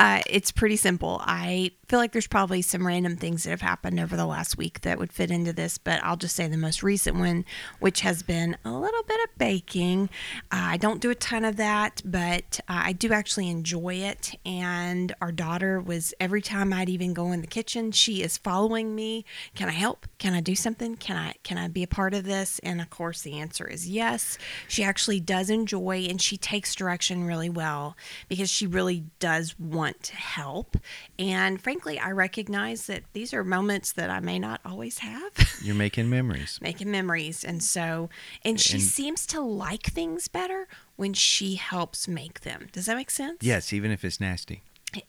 Uh, it's pretty simple. I feel like there's probably some random things that have happened over the last week that would fit into this, but I'll just say the most recent one, which has been a little bit of baking. Uh, I don't do a ton of that, but uh, I do actually enjoy it. And our daughter was every time I'd even go in the kitchen, she is following me. Can I help? Can I do something? Can I can I be a part of this? And of course, the answer is yes. She actually does enjoy, and she takes direction really well because she really does want to help. And frankly, I recognize that these are moments that I may not always have. [LAUGHS]
You're making memories.
Making memories. And so, and she
And-
seems to like things better when she helps make them. Does that make sense?
Yes, even if it's nasty.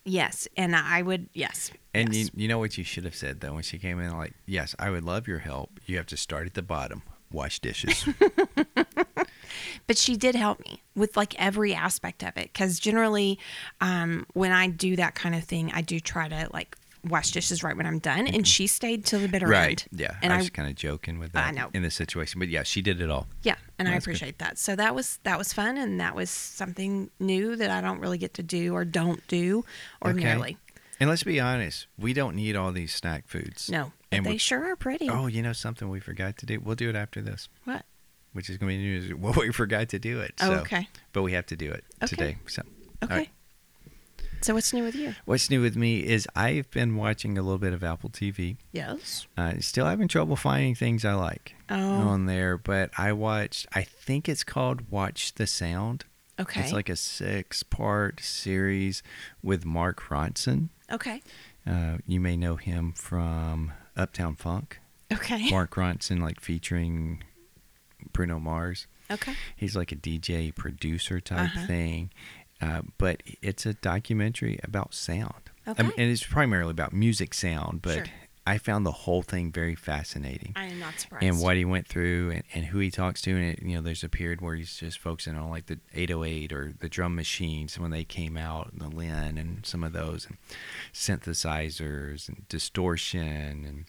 Yes. And I would, yes.
And
yes.
you, you know what you should have said though when she came in like, "Yes, I would love your help. You have to start at the bottom,
[LAUGHS]
wash dishes."
but she did help me with like every aspect of it because generally um, when i do that kind of thing i do try to like wash dishes right when i'm done and she stayed till the bitter end
Mm-hmm. Yeah,
and
I
i,
was kind of joking with that
I know.
in this situation, but yeah, she did it all.
yeah and i
That's good.
appreciate that so that was that was fun and that was something new that i don't really get to do or don't do ordinarily
And let's be honest, we don't need all these snack foods.
no but
And
they
we-
sure are pretty
Oh, you know something we forgot to do? We'll do it after this,
what
which is going to be news. [LAUGHS] Well, we forgot to do it.
Oh,
So.
okay.
But we have to do it
Okay.
today. So, all
okay
right.
so what's new with you
What's new with me is I've been watching a little bit of Apple TV.
yes
Uh, still having trouble finding things I like
Oh.
on there, but I watched, I think it's called Watch the Sound.
okay
It's like a six part series with Mark Ronson.
okay
Uh, you may know him from Uptown
[LAUGHS]
Funk.
okay
Mark Ronson, like featuring Bruno Mars.
okay [LAUGHS]
He's like a DJ producer type
Uh-huh.
thing, uh, but it's a documentary about sound. Um,
Okay.
and it's primarily about music sound, but
Sure.
I found the whole thing very fascinating.
i am not surprised
and what he went through and, and who he talks to. And, it, you know, there's a period where he's just focusing on like the 808 or the drum machines when they came out, and the Lin and some of those, and synthesizers and distortion. And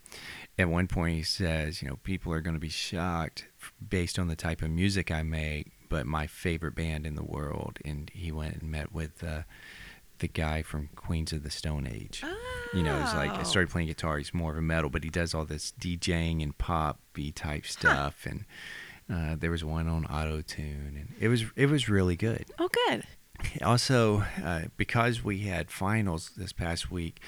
at one point he says, you know, people are going to be shocked f- based on the type of music I make, but my favorite band in the world. And he went and met with, uh, the guy from Queens of the Stone Age. You know, it's like I
Oh.
started playing guitar. He's more of a metal, but he does all this DJing and pop B type stuff. And uh, there was one on auto tune, and it was it was really good.
Oh, good.
Also, uh, because we had finals this past week,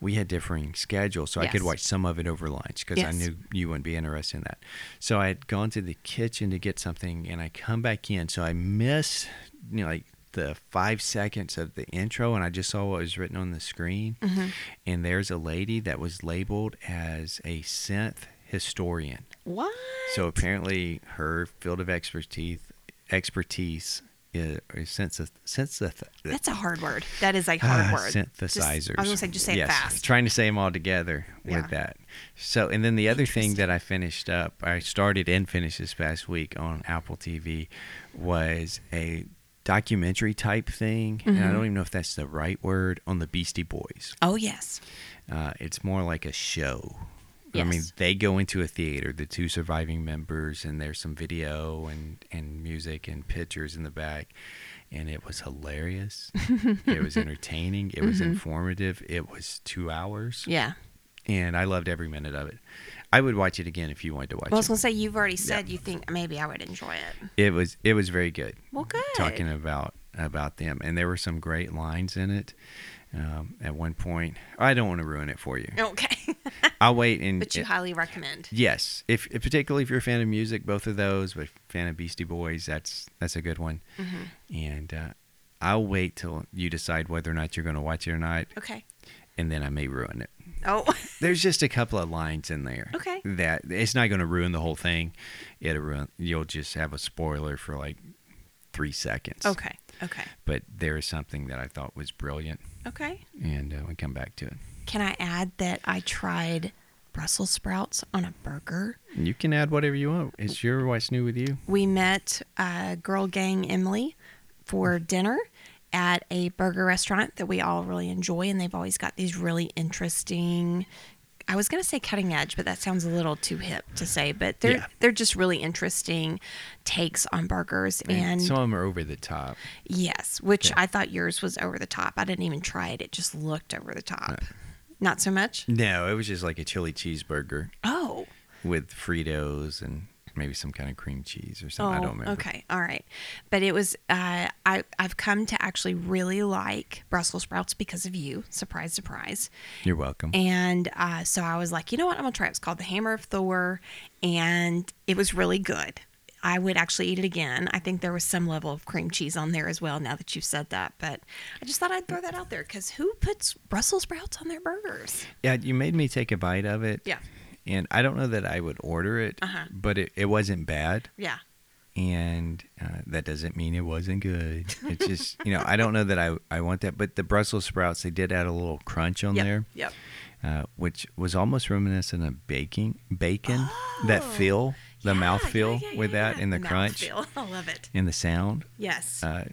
we had differing schedules, so I could
Yes.
watch some of it over lunch because I
Yes.
knew you wouldn't be interested in that. So I had gone to the kitchen to get something, and I come back in, so I missed you know, like the five seconds of the intro, and I just saw what was written on the screen,
Mm-hmm.
and there's a lady that was labeled as a synth historian.
What?
So apparently, her field of expertise expertise is, is synth, synth,
That's a hard word. That is a hard word. Just-
Ah, synthesizers.
I was gonna say, just say
yes,
it fast.
Trying to say them all together
Yeah.
with that. So, and then the other thing
Interesting.
that I finished up, I started and finished this past week on Apple TV, was a documentary type thing, and
Mm-hmm.
I don't even know if that's the right word on the Beastie Boys.
oh yes.
Uh, it's more like a show. I mean,
Yes.
they go into a theater, the two surviving members, and there's some video and, and music and pictures in the back. And it was hilarious.
[LAUGHS]
it was entertaining. It was informative. It was two hours.
Mm-hmm. Yeah.
And I loved every minute of it. I would watch it again if you wanted to watch
Well, I was
it.
gonna say you've already said you think maybe I would enjoy it.
It was it was very good.
Well, good.
Talking about about them, and there were some great lines in it. Um, at one point, I don't want to ruin it
[LAUGHS]
for you.
Okay.
I'll wait and
but you
it-
highly recommend.
Yes, if, if particularly if you're a fan of music, both of those, but fan of Beastie Boys, that's that's a good one.
Mm-hmm.
And uh, I'll wait till you decide whether or not you're going to watch it or not,
Okay.
and then I may ruin it.
[LAUGHS] Oh.
There's just a couple of lines in there.
Okay.
That it's not going to ruin the whole thing. It'll ruin. You'll just have a spoiler for like three seconds.
Okay. Okay.
But there is something that I thought was brilliant,
Okay.
and uh, we come back to it.
Can I add that I tried Brussels sprouts on a burger?
You can add whatever you want. It's your what's new with you.
We met uh, Girl Gang Emily for dinner at a burger restaurant that we all really enjoy, and they've always got these really interesting. I was going to say cutting edge, but that sounds a little too hip to say. But they're
Yeah.
they're just really interesting takes on burgers, and
some of them are over the top.
yes, which I thought yours was over the top. I didn't even try it; it just looked over the top. Not so much.
No, it was just like a chili cheeseburger
Oh,
with Fritos and maybe some kind of cream cheese or
Oh,
something. I don't remember.
okay, all right. But it was uh, I I've come to actually really like Brussels sprouts because of you. Surprise, surprise.
You're welcome.
And uh, so I was like, you know what? I'm gonna try. it. It's called the Hammer of Thor, and it was really good. I would actually eat it again. I think there was some level of cream cheese on there as well. Now that you've said that, but I just thought I'd throw that out there because who puts Brussels sprouts on their burgers?
yeah, you made me take a bite of it.
Yeah.
And I don't know that I would order it,
Uh-huh.
but it, it wasn't bad.
Yeah.
And uh, that doesn't mean it wasn't good.
[LAUGHS]
It's just, you know, I don't know that I, I want that. But the Brussels sprouts, they did add a little crunch on
Yep.
there,
Yep.
uh, which was almost reminiscent of baking, bacon, that
Oh.
feel, the
Yeah,
mouth
yeah,
feel
yeah,
with
yeah,
that
yeah.
and the crunch
Mouthfeel. [LAUGHS] I love it.
and the sound.
Yes.
Uh,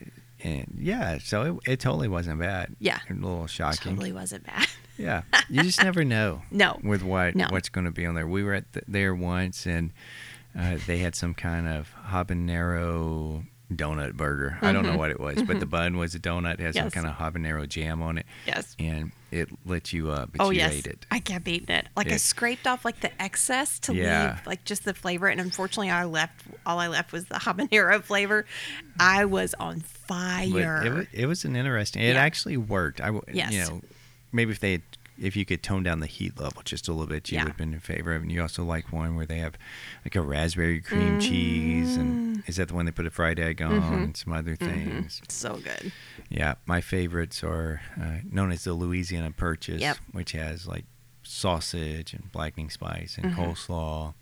and yeah, so it, it totally wasn't bad.
Yeah.
a little shocking.
totally wasn't bad. [LAUGHS]
Yeah, you just never know.
No.
with what
No.
what's going to be on there. We were at the, there once, and uh, they had some kind of habanero donut burger. I don't know what it was, but the bun was a donut. It had some
Mm-hmm. Yes.
kind of habanero jam on it.
Yes.
and it lit you up. But
Oh
you
yes,
ate it.
I kept eating it. Like I
It-
scraped off like the excess to
Yeah.
leave like just the flavor, and unfortunately, I left. All I left was the [LAUGHS] habanero flavor. I was on
But
fire.
it, wa- it was an interesting. It
Yeah.
actually worked. I w-
Yes.
you know maybe if they had, if you could tone down the heat level just a little bit, you
Yeah.
would have been in favor of. it. And you also like one where they have like a raspberry cream cheese, and
Mm.
is that the one they put a fried egg on
Mm-hmm.
and some other things?
so good.
Yeah, my favorites are uh, known as the Louisiana Purchase,
Yep.
which has like sausage and blackening spice
Mm-hmm.
and coleslaw.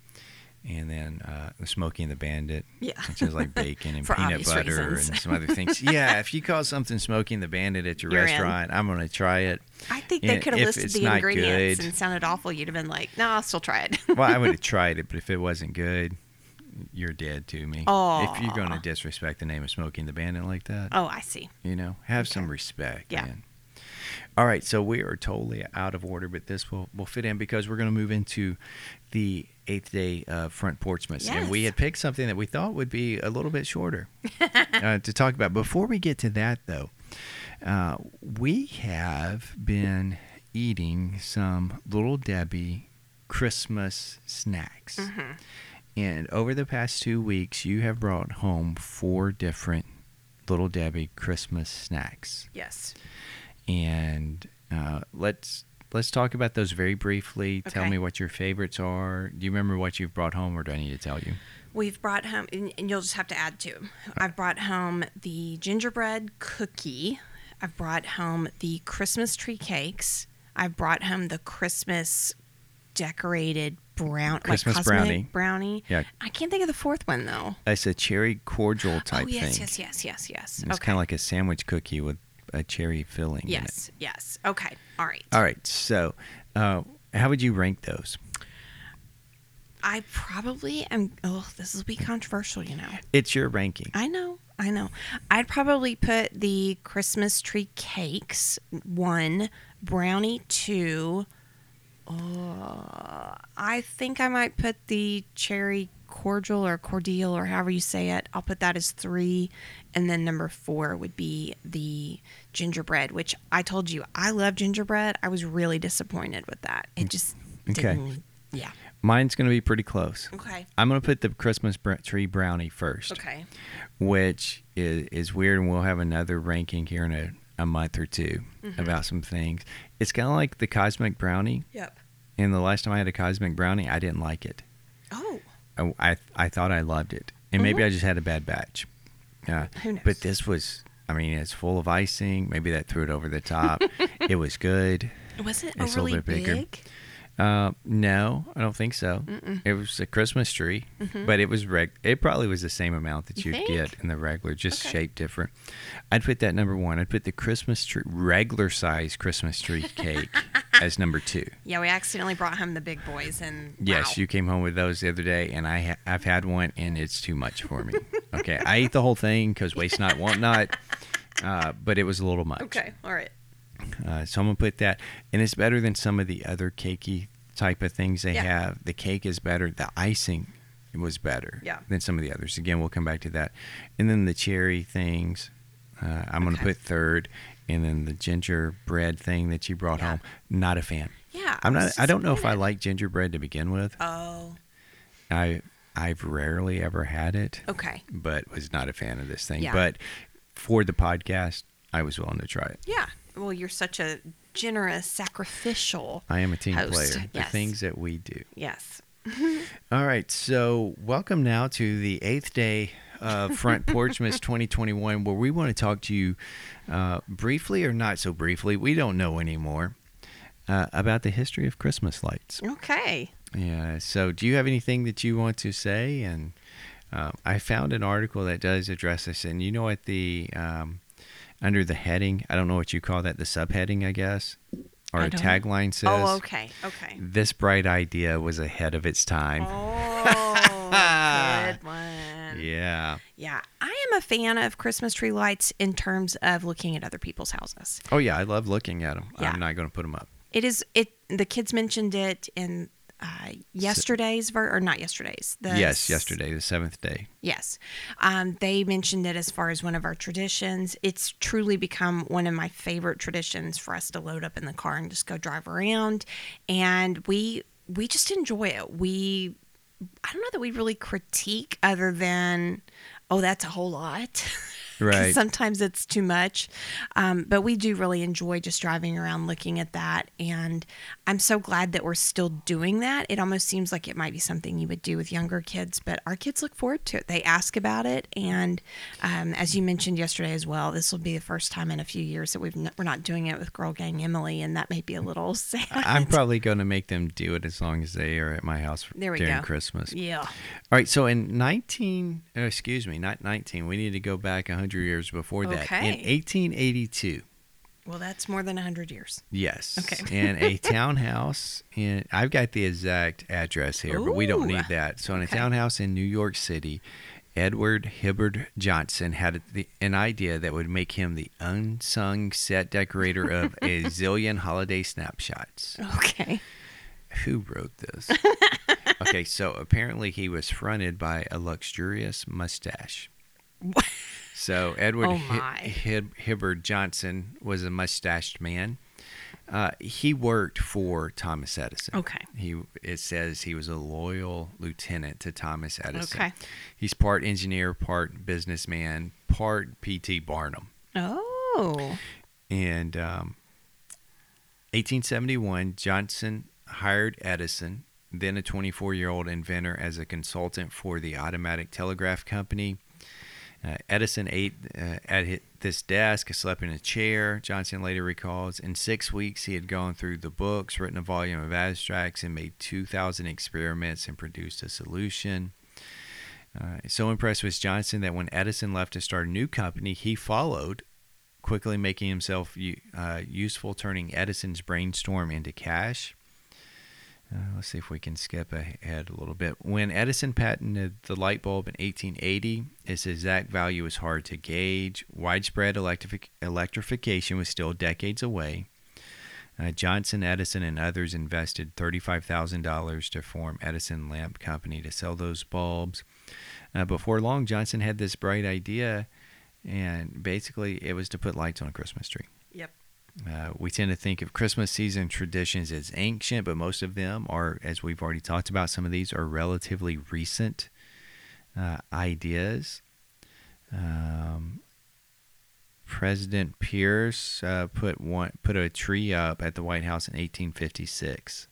And then uh, the Smokey and the Bandit,
Yeah.
which is
[LAUGHS]
like bacon and
For
peanut
obvious
butter
reasons.
and some
[LAUGHS]
other things. yeah, if you call something Smokey and the Bandit at your
You're in.
restaurant, I'm gonna try it.
I think
Yeah,
they could have
if
listed
it's
the
not
ingredients
good-
and sounded awful. You'd have been like, "No, I'll still try it." [LAUGHS]
Well, I would have tried it, but if it wasn't good, you're dead to me. If you're gonna
Aw.
disrespect the name of Smokey and the Bandit like that,
oh, I see.
You know, have some
Okay.
respect.
Yeah.
Man. All right, so we are totally out of order, but this will will fit in because we're going to move into the eighth day of front porchmas, and we
Yes.
had picked
[LAUGHS]
something that we thought would be a little bit shorter uh, to talk about. Before we get to that, though, Uh, we have been eating some Little Debbie Christmas snacks.
Mm-hmm.
And over the past two weeks, you have brought home four different Little Debbie Christmas snacks.
Yes.
And uh, let's. Let's talk about those very briefly. Tell
Okay.
me what your favorites are. Do you remember what you've brought home, or do I need to tell you?
We've brought home, and, and you'll just have to add to 'em. I've brought home the gingerbread cookie. I've brought home the Christmas tree cakes. I've brought home the Christmas decorated brown,
Christmas
like cosmic
brownie.
brownie.
Yeah.
I can't think of the fourth one though.
It's a cherry cordial type
oh yes,
thing.
yes, yes, yes, yes.
It's kind of like a sandwich cookie with a cherry filling. in it.
yes, yes. Okay. All right.
All right. So, uh, how would you rank those?
I probably am. Oh, this will be controversial, you know.
It's your ranking.
I know, I know. I'd probably put the Christmas tree cakes one, brownie two. Uh, I think I might put the cherry cordial or cordial or however you say it. I'll put that as three, and then number four would be the gingerbread, which I told you I love gingerbread. I was really disappointed with that. It just
Okay.
didn't. Yeah.
Mine's going to be pretty close.
Okay.
I'm going to put the Christmas br- tree brownie first,
Okay.
which is, is weird, and we'll have another ranking here in a, a month or 2
Mm-hmm.
about some things. It's kind of like the cosmic brownie.
Yep.
And the last time I had a cosmic brownie, I didn't like it.
Oh.
I, I, I thought I loved it, and maybe I just had a bad batch. Uh,
Mm-hmm. Who knows?
But this was, I mean, it's full of icing. Maybe that threw it over
[LAUGHS]
the top. it was good.
Was it
It's a
overly
little bit bigger.
big?
Uh, no, I don't think so. It was a Christmas tree, but it was reg- It probably was the same amount that
Mm-hmm. You
you'd
think?
get in the regular, just
Okay.
shaped different. I'd put that number one. I'd put the Christmas tree, regular size
[LAUGHS]
Christmas tree cake, as number two.
Yeah, we accidentally brought home the big boys, and
Yes,
wow.
you came home with those the other day, and I ha- I've had one, and it's too much
[LAUGHS]
for me. okay, I ate the whole thing because waste not, want not, uh, but it was a little much.
Okay, all right.
uh, so I'm gonna put that, and it's better than some of the other cakey type of things they
Yeah.
have. The cake is better. The icing was better
Yeah.
than some of the others. Again, we'll come back to that, and then the cherry things. Uh, I'm gonna
Okay.
put third, and then the gingerbread thing that you brought
Yeah.
home. Not a fan.
Yeah,
I'm not.
was
I don't know if I
disappointed.
like gingerbread to begin with.
Oh,
I I've rarely ever had it,
okay.
but was not a fan of this thing.
Yeah.
But for the podcast, I was willing to try it.
Yeah. Well, you're such a generous, sacrificial.
I am a team
Host,
player. The
yes.
things that we do.
Yes.
All right. So, welcome now to the eighth day of
[LAUGHS]
Front Porch Miss 2021, where we want to talk to you uh, briefly or not so briefly. We don't know anymore uh, about the history of Christmas lights.
Okay.
Yeah. So, do you have anything that you want to say? And uh, I found an article that does address this. And you know what the um, under the heading, I don't know what you call that, the subheading, I guess, or
I
a
don't-
tagline says.
Oh, okay. Okay. [LAUGHS]
This bright idea was ahead of its time.
Oh, good one.
Yeah.
Yeah, I am a fan of Christmas tree lights in terms of looking at other people's houses.
Oh yeah, I love looking at them.
Yeah.
I'm not going to put them up.
It is it. The kids mentioned it in uh, yesterday's ver- or not yesterday's. The
yes,
s-
yesterday, the
[LAUGHS]
seventh day.
Yes. Um, they mentioned it as far as one of our traditions. It's truly become one of my favorite traditions for us to load up in the car and just go drive around. And we we just enjoy it. We I don't know that we really critique other than oh that's a whole lot. [LAUGHS] 'Cause
Right.
Sometimes it's too much. Um, but we do really enjoy just driving around looking at that. And I'm so glad that we're still doing that. It almost seems like it might be something you would do with younger kids, but our kids look forward to it. They ask about it. And um, as you mentioned yesterday as well, this will be the first time in a few years that we've n- we're not doing it with Girl Gang Emily. And that may be a little [LAUGHS] sad.
I'm probably going to make them do it as long as they are at my house
There we
during
go.
Christmas.
yeah.
All right, so in 19, oh, excuse me, not 19. We need to go back 100 years before that.
Okay.
In 1882.
Well, that's more than 100 years.
Yes. [LAUGHS]
Okay.
in
[LAUGHS]
a townhouse in I've got the exact address here, but we don't
Ooh.
need that. So in a
Okay.
townhouse in New York City, Edward Hibbard Johnson had the, an idea that would make him the unsung set decorator of
[LAUGHS]
a zillion holiday snapshots.
Okay.
Who
[LAUGHS]
wrote this?
[LAUGHS]
okay, so apparently he was fronted by a luxurious mustache. So Edward
Oh,
Hi-
my.
Hib- Hibbard Johnson was a mustached man. Uh, he worked for Thomas Edison.
Okay.
He it says he was a loyal lieutenant to Thomas Edison.
Okay.
He's part engineer, part businessman, part P.T. Barnum.
Oh.
And um, 1871, Johnson hired Edison, then a 24 year old inventor, as a consultant for the Automatic Telegraph Company. Uh, Edison ate uh, at hi- this desk, slept in a chair, Johnson later recalls. In six weeks, he had gone through the books, written a volume of abstracts, and made 2,000 experiments and produced a solution. Uh, so impressed was Johnson that when Edison left to start a new company, he followed quickly making himself u- uh, useful, turning Edison's brainstorm into cash. Uh, let's see if we can skip ahead a little bit. When Edison patented the light bulb in 1880, its exact value was hard to gauge. Widespread electrific- electrification was still decades away. Uh, Johnson, Edison, and others invested $35,000 to form Edison Lamp Company to sell those bulbs. Uh, before long, Johnson had this bright idea, and basically, it was to put lights on a Christmas tree.
Yep.
Uh, we tend to think of Christmas season traditions as ancient, but most of them are, as we've already talked about, some of these are relatively recent uh, ideas. Um, President Pierce uh, put one put a tree up at the White House in 1856,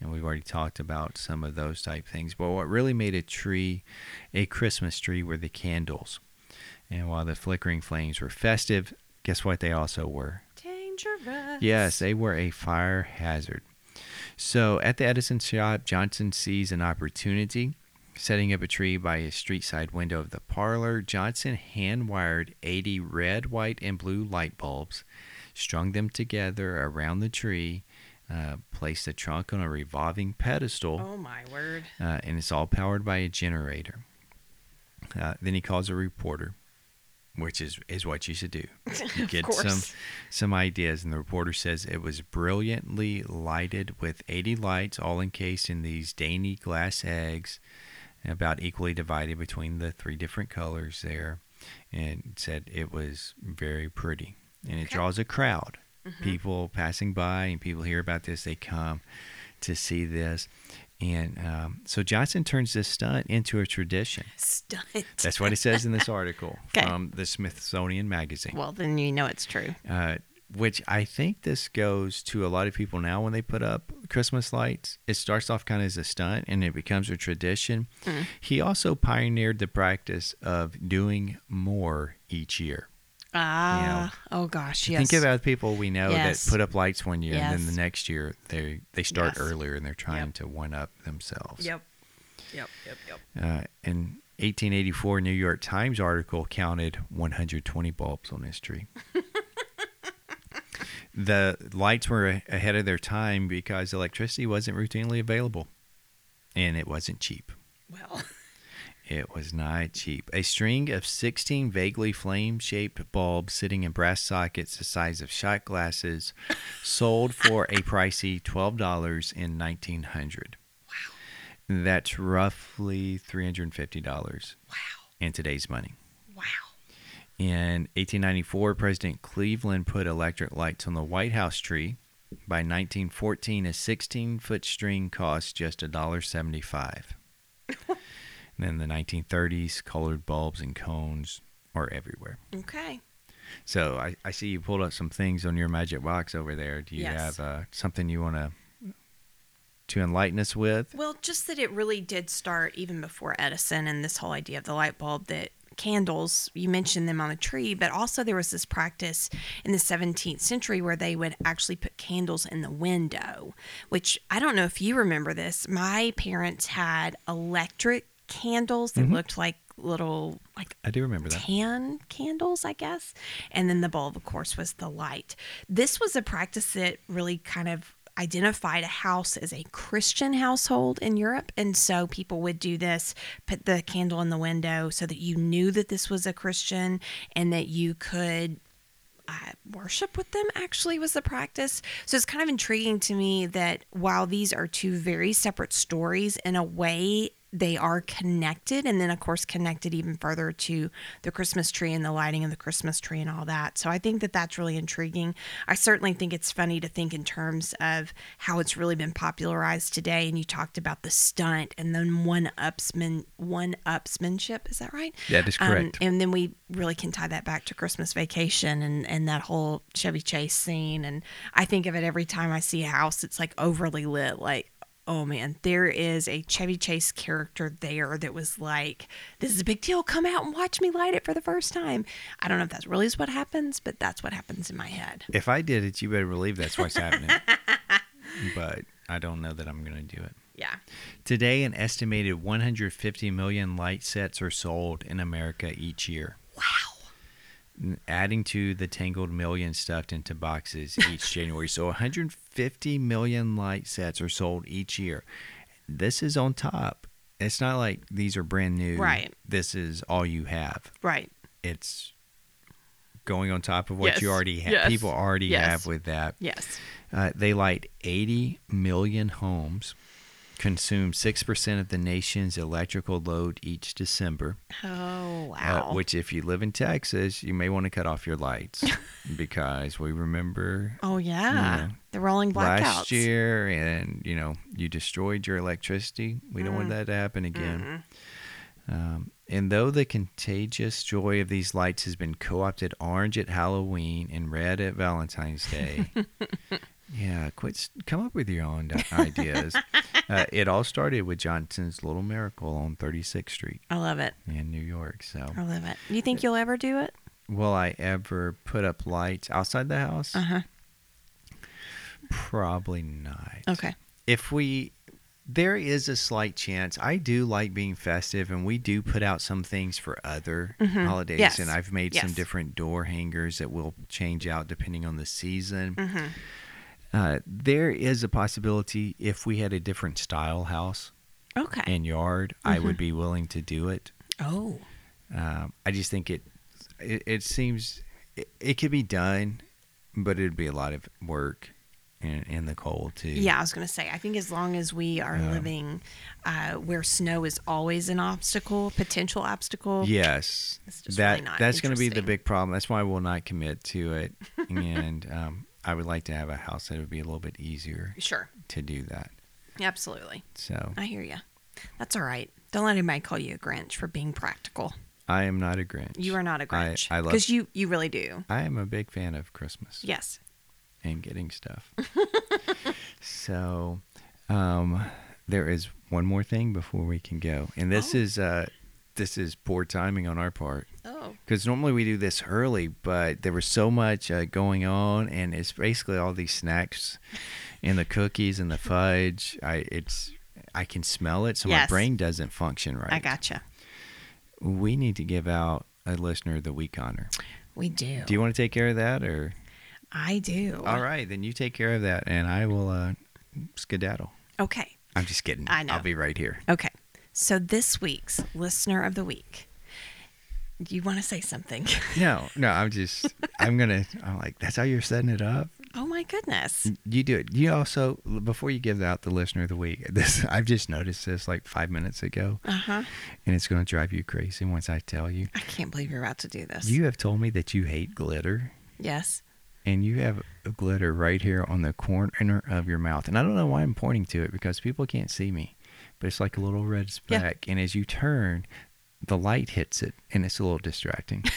and we've already talked about some of those type things. But what really made a tree a Christmas tree were the candles, and while the flickering flames were festive, guess what? They also were
Dangerous.
Yes, they were a fire hazard. So at the Edison shop, Johnson sees an opportunity. Setting up a tree by a street side window of the parlor, Johnson hand wired 80 red, white, and blue light bulbs, strung them together around the tree, uh, placed the trunk on a revolving pedestal
Oh my word.
uh, and it's all powered by a generator. Uh, then he calls a reporter, which is is what
[LAUGHS]
you should do. You get some
course.
some ideas, and the reporter says it was brilliantly lighted with 80 lights, all encased in these dainty glass eggs, about equally divided between the three different colors there, and said it was very pretty, and it
Okay. Mm-hmm.
draws a crowd. People passing by and people hear about this, they come to see this. And um, so Johnson turns this stunt into a tradition.
Stunt.
That's what it says
[LAUGHS]
in this article
Okay.
from the Smithsonian Magazine,
well, then you know it's true.
uh, which I think this goes to a lot of people now when they put up Christmas lights. It starts off kind of as a stunt and it becomes a tradition.
Hmm.
He also pioneered the practice of doing more each year.
Ah. Oh gosh. Yes.
Think about people we know
Yes.
that put up lights one year and then
Yes.
the next year they they start
Yes.
earlier and they're trying
Yep.
to one up themselves.
Yep. Yep. Yep. Yep.
Uh, an 1884 New York Times article counted 120 bulbs on this tree. the lights were a- ahead of their time because electricity wasn't routinely available and it wasn't cheap.
Well. [LAUGHS]
It was not cheap. A string of 16 vaguely flame shaped bulbs sitting in brass sockets the size of shot glasses sold for a pricey $12 in 1900. Wow. That's roughly $350
Wow.
in today's money.
Wow.
In 1894, President Cleveland put electric lights on the White House tree. By 1914, a 16 foot string cost just $1.75. and in the 1930s, colored bulbs and cones are everywhere.
Okay.
So I, I see you pulled up some things on your magic box over there. Do you
Yes.
have uh, something you want to to enlighten us with?
Well, just that it really did start even before Edison and this whole idea of the light bulb that candles, you mentioned them on a tree, but also there was this practice in the 17th century where they would actually put candles in the window, which I don't know if you remember this. My parents had electric candles
Mm-hmm.
that looked like little like
I do remember that.
tan candles, I guess. And then the bulb, of course, was the light. This was a practice that really kind of identified a house as a Christian household in Europe. And so people would do this, put the candle in the window so that you knew that this was a Christian and that you could uh, worship with them actually was the practice. So it's kind of intriguing to me that while these are two very separate stories, in a way, they are connected and then of course connected even further to the christmas tree and the lighting of the christmas tree and all that so i think that that's really intriguing i certainly think it's funny to think in terms of how it's really been popularized today and you talked about the stunt and then one upsman one upsmanship is that right
That is
Um,
correct.
and then we really can tie that back to christmas vacation and and that whole chevy chase scene and i think of it every time i see a house it's like overly lit like oh man, there is a Chevy Chase character there that was like, this is a big deal. Come out and watch me light it for the first time. I don't know if that's really is what happens, but that's what happens in my head.
If I did it, you better believe that's what's happening. but I don't know that I'm going to do it.
Yeah.
Today, an estimated 150 million light sets are sold in America each year,
Wow.
adding to the tangled million stuffed into boxes
[LAUGHS]
each January. So, 150 million light sets are sold each year. This is on top. It's not like these are brand new.
Right.
This is all you have.
Right.
It's going on top of what
Yes.
you already have.
Yes.
People already
Yes.
have with that.
Yes.
Uh, they light 80 million homes, consume 6% of the nation's electrical load each December.
Oh,
uh,
wow.
which, if you live in Texas, you may want to cut off your lights because we remember
oh, yeah.
Yeah.
The rolling blackouts.
last year and, you know, you destroyed your electricity. We don't want
Mm.
that to happen again. Um, and though the contagious joy of these lights has been co opted orange at Halloween and red at Valentine's
[LAUGHS]
Day, yeah, quit. s- Come up with your own di-
[LAUGHS]
ideas. uh, it all started with Johnson's Little Miracle on 36th Street
I love it.
in New York. So,
I love it. You think you'll ever do it?
will I ever put up lights outside the house?
huh.
Probably not.
Okay.
if we there is a slight chance i do like being festive and we do put out some things for other
Mhm.
holidays
Yes.
and i've made some
Yes.
different door hangers that will change out depending on the season
Mm-hmm.
uh, there is a possibility if we had a different style house
Okay.
and yard i
Mm-hmm.
would be willing to do it
oh.
um, i just think it it, it seems it, it could be done but it'd be a lot of work and in the cold too
Yeah, I was going to say, I think as long as we are
Yeah.
living uh, where snow is always an obstacle, potential obstacle.
Yes,
It's just
that
really not
that's going to be the
interesting.
big problem. That's why I will not commit
[LAUGHS]
to it, and um, I would like to have a house that would be a little bit easier
Sure.
to do that.
Absolutely.
So
I hear you. That's all right. Don't let anybody call you a Grinch for being practical.
I am not a Grinch.
You are not a
I-
Grinch.
I, love.
Because you, you really do.
I am a big fan of Christmas
Yes.
and getting
[LAUGHS]
stuff. so, um, there is one more thing before we can go, and this
Oh.
is uh, this is poor timing on our part.
Oh.
because normally we do this early, but there was so much uh, going on, and it's basically all these snacks and the cookies and the fudge. I it's I can smell it, so my
Yes.
brain doesn't function right.
I gotcha.
We need to give out a listener of the week honor.
We do.
Do you want to take care of that, or
I do.
all right? Then you take care of that, and I will uh, skedaddle.
Okay.
I'm just kidding.
I know.
I'll be right here.
Okay. So this week's listener of the week. You want to say something? [LAUGHS]
No, no, I'm just. I'm gonna. I'm like. That's how you're setting it up.
oh my goodness.
You do it. You also before you give out the listener of the week. [LAUGHS] This I've just noticed this like five minutes ago,
Uh huh.
and it's going to drive you crazy once I tell you.
I can't believe you're about to do this.
You have told me that you hate glitter,
yes.
and you have glitter right here on the corner of your mouth. And I don't know why I'm pointing to it because people can't see me, but it's like a little red
Yeah.
speck. And as you turn, the light hits it, and it's a little distracting. [LAUGHS]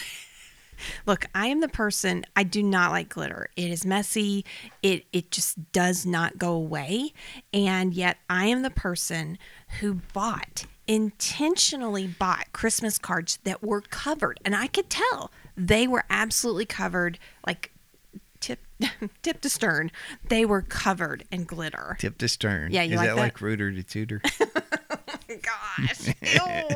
Look, I am the person I do not like glitter. It is messy. It it just does not go away. And yet I am the person who bought intentionally bought Christmas cards that were covered and I could tell they were absolutely covered like tip [LAUGHS] tip to stern. They were covered in glitter.
Tip to stern.
Yeah, you
Is
like
that
that?
like rooter to tutor?
gosh. Ew.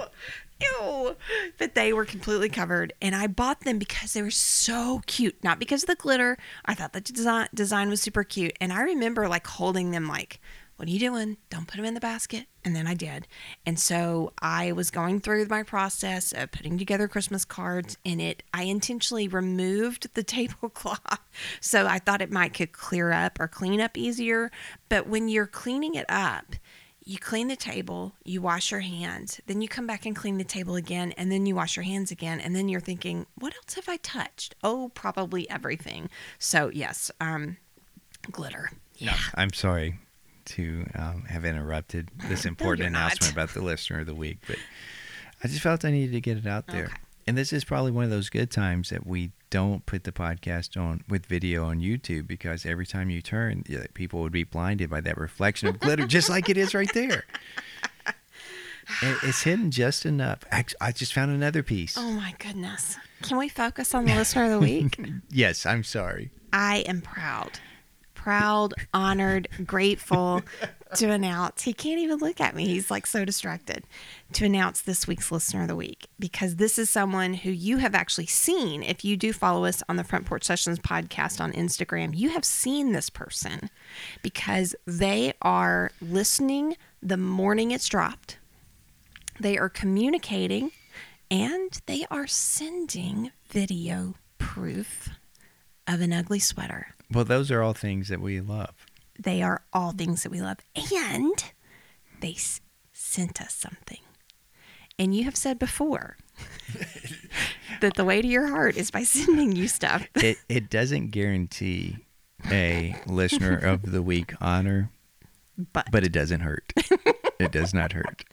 Ew. But they were completely covered. And I bought them because they were so cute. Not because of the glitter. I thought the design design was super cute. And I remember like holding them like, what are you doing? Don't put them in the basket. And then I did. And so I was going through my process of putting together Christmas cards and it I intentionally removed the [LAUGHS] tablecloth. So I thought it might could clear up or clean up easier. But when you're cleaning it up, you clean the table, you wash your hands, then you come back and clean the table again, and then you wash your hands again, and then you're thinking, what else have I touched? Oh, probably everything. So yes, um, glitter. Yeah.
I'm sorry to um, have interrupted
[LAUGHS]
this important
you're not.
announcement about the listener of the week, but I just felt I needed to get it out there.
Okay.
And this is probably one of those good times that we don't put the podcast on with video on YouTube because every time you turn, yeah, people would be blinded by that reflection of glitter, just like it is right there. It- It's hidden just enough. Act- I just found another piece.
Oh my goodness. Can we focus [LAUGHS] on the listener of the week?
Yes, I'm sorry.
I am proud. Proud, honored, grateful to announce. He can't even look at me. He's like so distracted to announce this week's listener of the week because this is someone who you have actually seen. If you do follow us on the Front Porch Sessions podcast on Instagram, you have seen this person because they are listening the morning it's dropped. They are communicating and they are sending video proof of an ugly sweater.
Well, those are all things that we love.
They are all things that we love. And they s- sent us something. And you have said before [LAUGHS] that the way to your heart is by sending you stuff.
it, it doesn't guarantee a listener of the week honor,
But,
but it doesn't hurt. It does not hurt.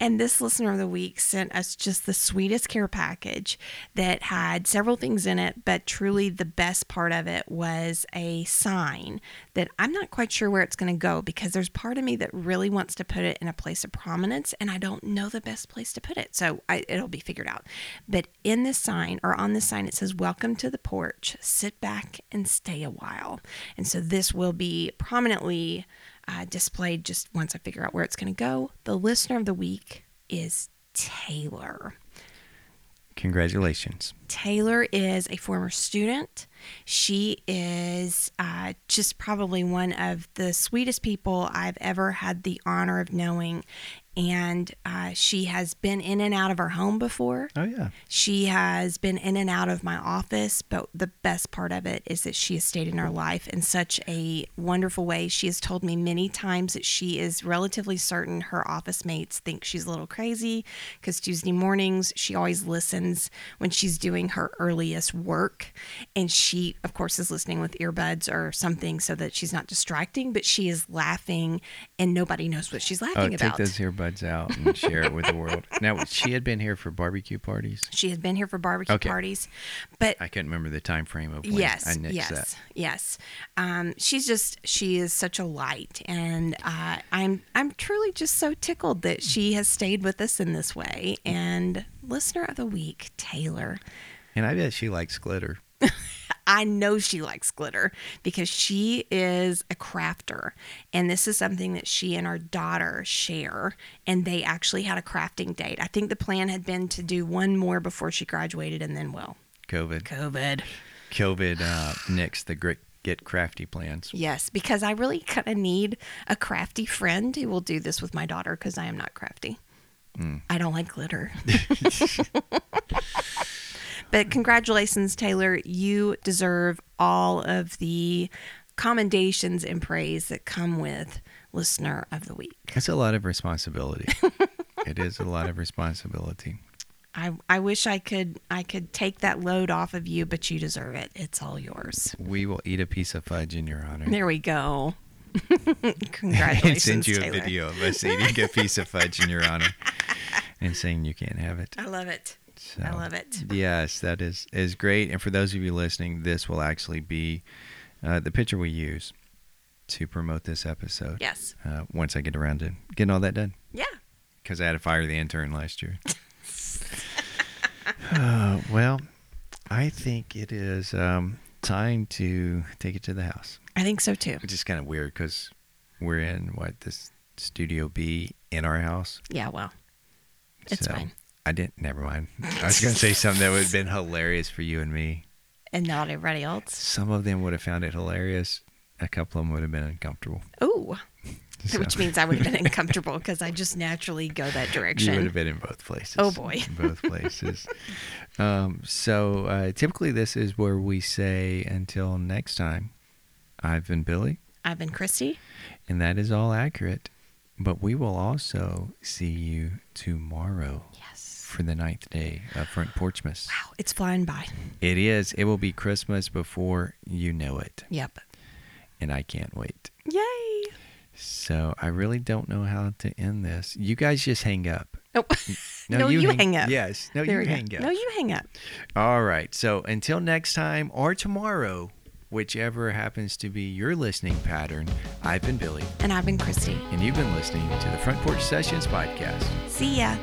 and this listener of the week sent us just the sweetest care package that had several things in it, but truly the best part of it was a sign that I'm not quite sure where it's going to go because there's part of me that really wants to put it in a place of prominence and I don't know the best place to put it. So I, it'll be figured out. But in this sign or on this sign, it says, Welcome to the porch. Sit back and stay a while. And so this will be prominently uh, displayed just once I figure out where it's going to go. The listener of the week is Taylor.
Congratulations.
Taylor is a former student. She is uh, just probably one of the sweetest people I've ever had the honor of knowing. And uh, she has been in and out of her home before.
Oh, yeah.
She has been in and out of my office, but the best part of it is that she has stayed in her life in such a wonderful way. She has told me many times that she is relatively certain her office mates think she's a little crazy because Tuesday mornings she always listens when she's doing her earliest work. And she, of course, is listening with earbuds or something so that she's not distracting, but she is laughing and nobody knows what she's
Oh,
laughing
take
about.
those earbuds out and share it with the world. Now, she had been here for barbecue parties.
She has been here for barbecue
Okay.
parties, but
I couldn't remember the time frame of when
yes,
I nixed
yes,
that.
yes. Um, she's just she is such a light, and uh, I'm I'm truly just so tickled that she has stayed with us in this way. And listener of the week, Taylor.
And I bet she likes glitter.
I know she likes glitter because she is a crafter. And this is something that she and our daughter share. And they actually had a crafting date. I think the plan had been to do one more before she graduated and then, well,
COVID.
COVID.
COVID uh, nixed the grit, get crafty plans.
Yes, because I really kind of need a crafty friend who will do this with my daughter because I am not crafty.
Hmm.
I don't like
[LAUGHS]
glitter. [LAUGHS] but congratulations, Taylor. You deserve all of the commendations and praise that come with Listener of the Week.
That's a lot
[LAUGHS]
of responsibility. it is a lot of responsibility.
I, I wish I could I could take that load off of you, but you deserve it. It's all yours.
We will eat a piece of fudge in your honor.
There we go. [LAUGHS]
[LAUGHS] and
congratulations,
send you a
Taylor.
video of us eating a piece of fudge in your honor and saying you can't have it.
I love it.
So,
[LAUGHS] I love it.
Yes, that is is great. And for those of you listening, this will actually be uh, the picture we use to promote this episode.
Yes.
Uh, once I get around to getting all that done,
Yeah.
because I had to fire the intern
[LAUGHS]
last year. uh, well, I think it is um, time to take it to the house.
I think so too.
Which is kind of weird because we're in what this studio B in our house.
Yeah, well, it's fine.
I didn't. Never mind. [LAUGHS] I was going to say something that would have been hilarious for you and me.
And not everybody else.
Some of them would have found it hilarious. A couple of them would have been uncomfortable.
Ooh.
[LAUGHS] So,
Which means I would have been uncomfortable because I just naturally go that
[LAUGHS] you would
direction.
have been in both places.
Oh, boy.
In both places. um, so uh, typically, this is where we say until next time. I've been Billy,
I've been Christy.
and that is all accurate. But we will also see you tomorrow
Yes.
for the ninth day of Front Porchmas.
Wow, it's flying by.
It is. It will be Christmas before you know it.
Yep.
And I can't wait.
Yay.
So I really don't know how to end this. You guys just hang up.
Oh. [LAUGHS] No, you hang up.
Yes. No,
There
you
we go.
hang up.
No, you hang up.
All right. So until next time or tomorrow, whichever happens to be your listening pattern, I've been Billy,
And I've been Christy.
and you've been listening to the Front Porch Sessions Podcast.
See ya.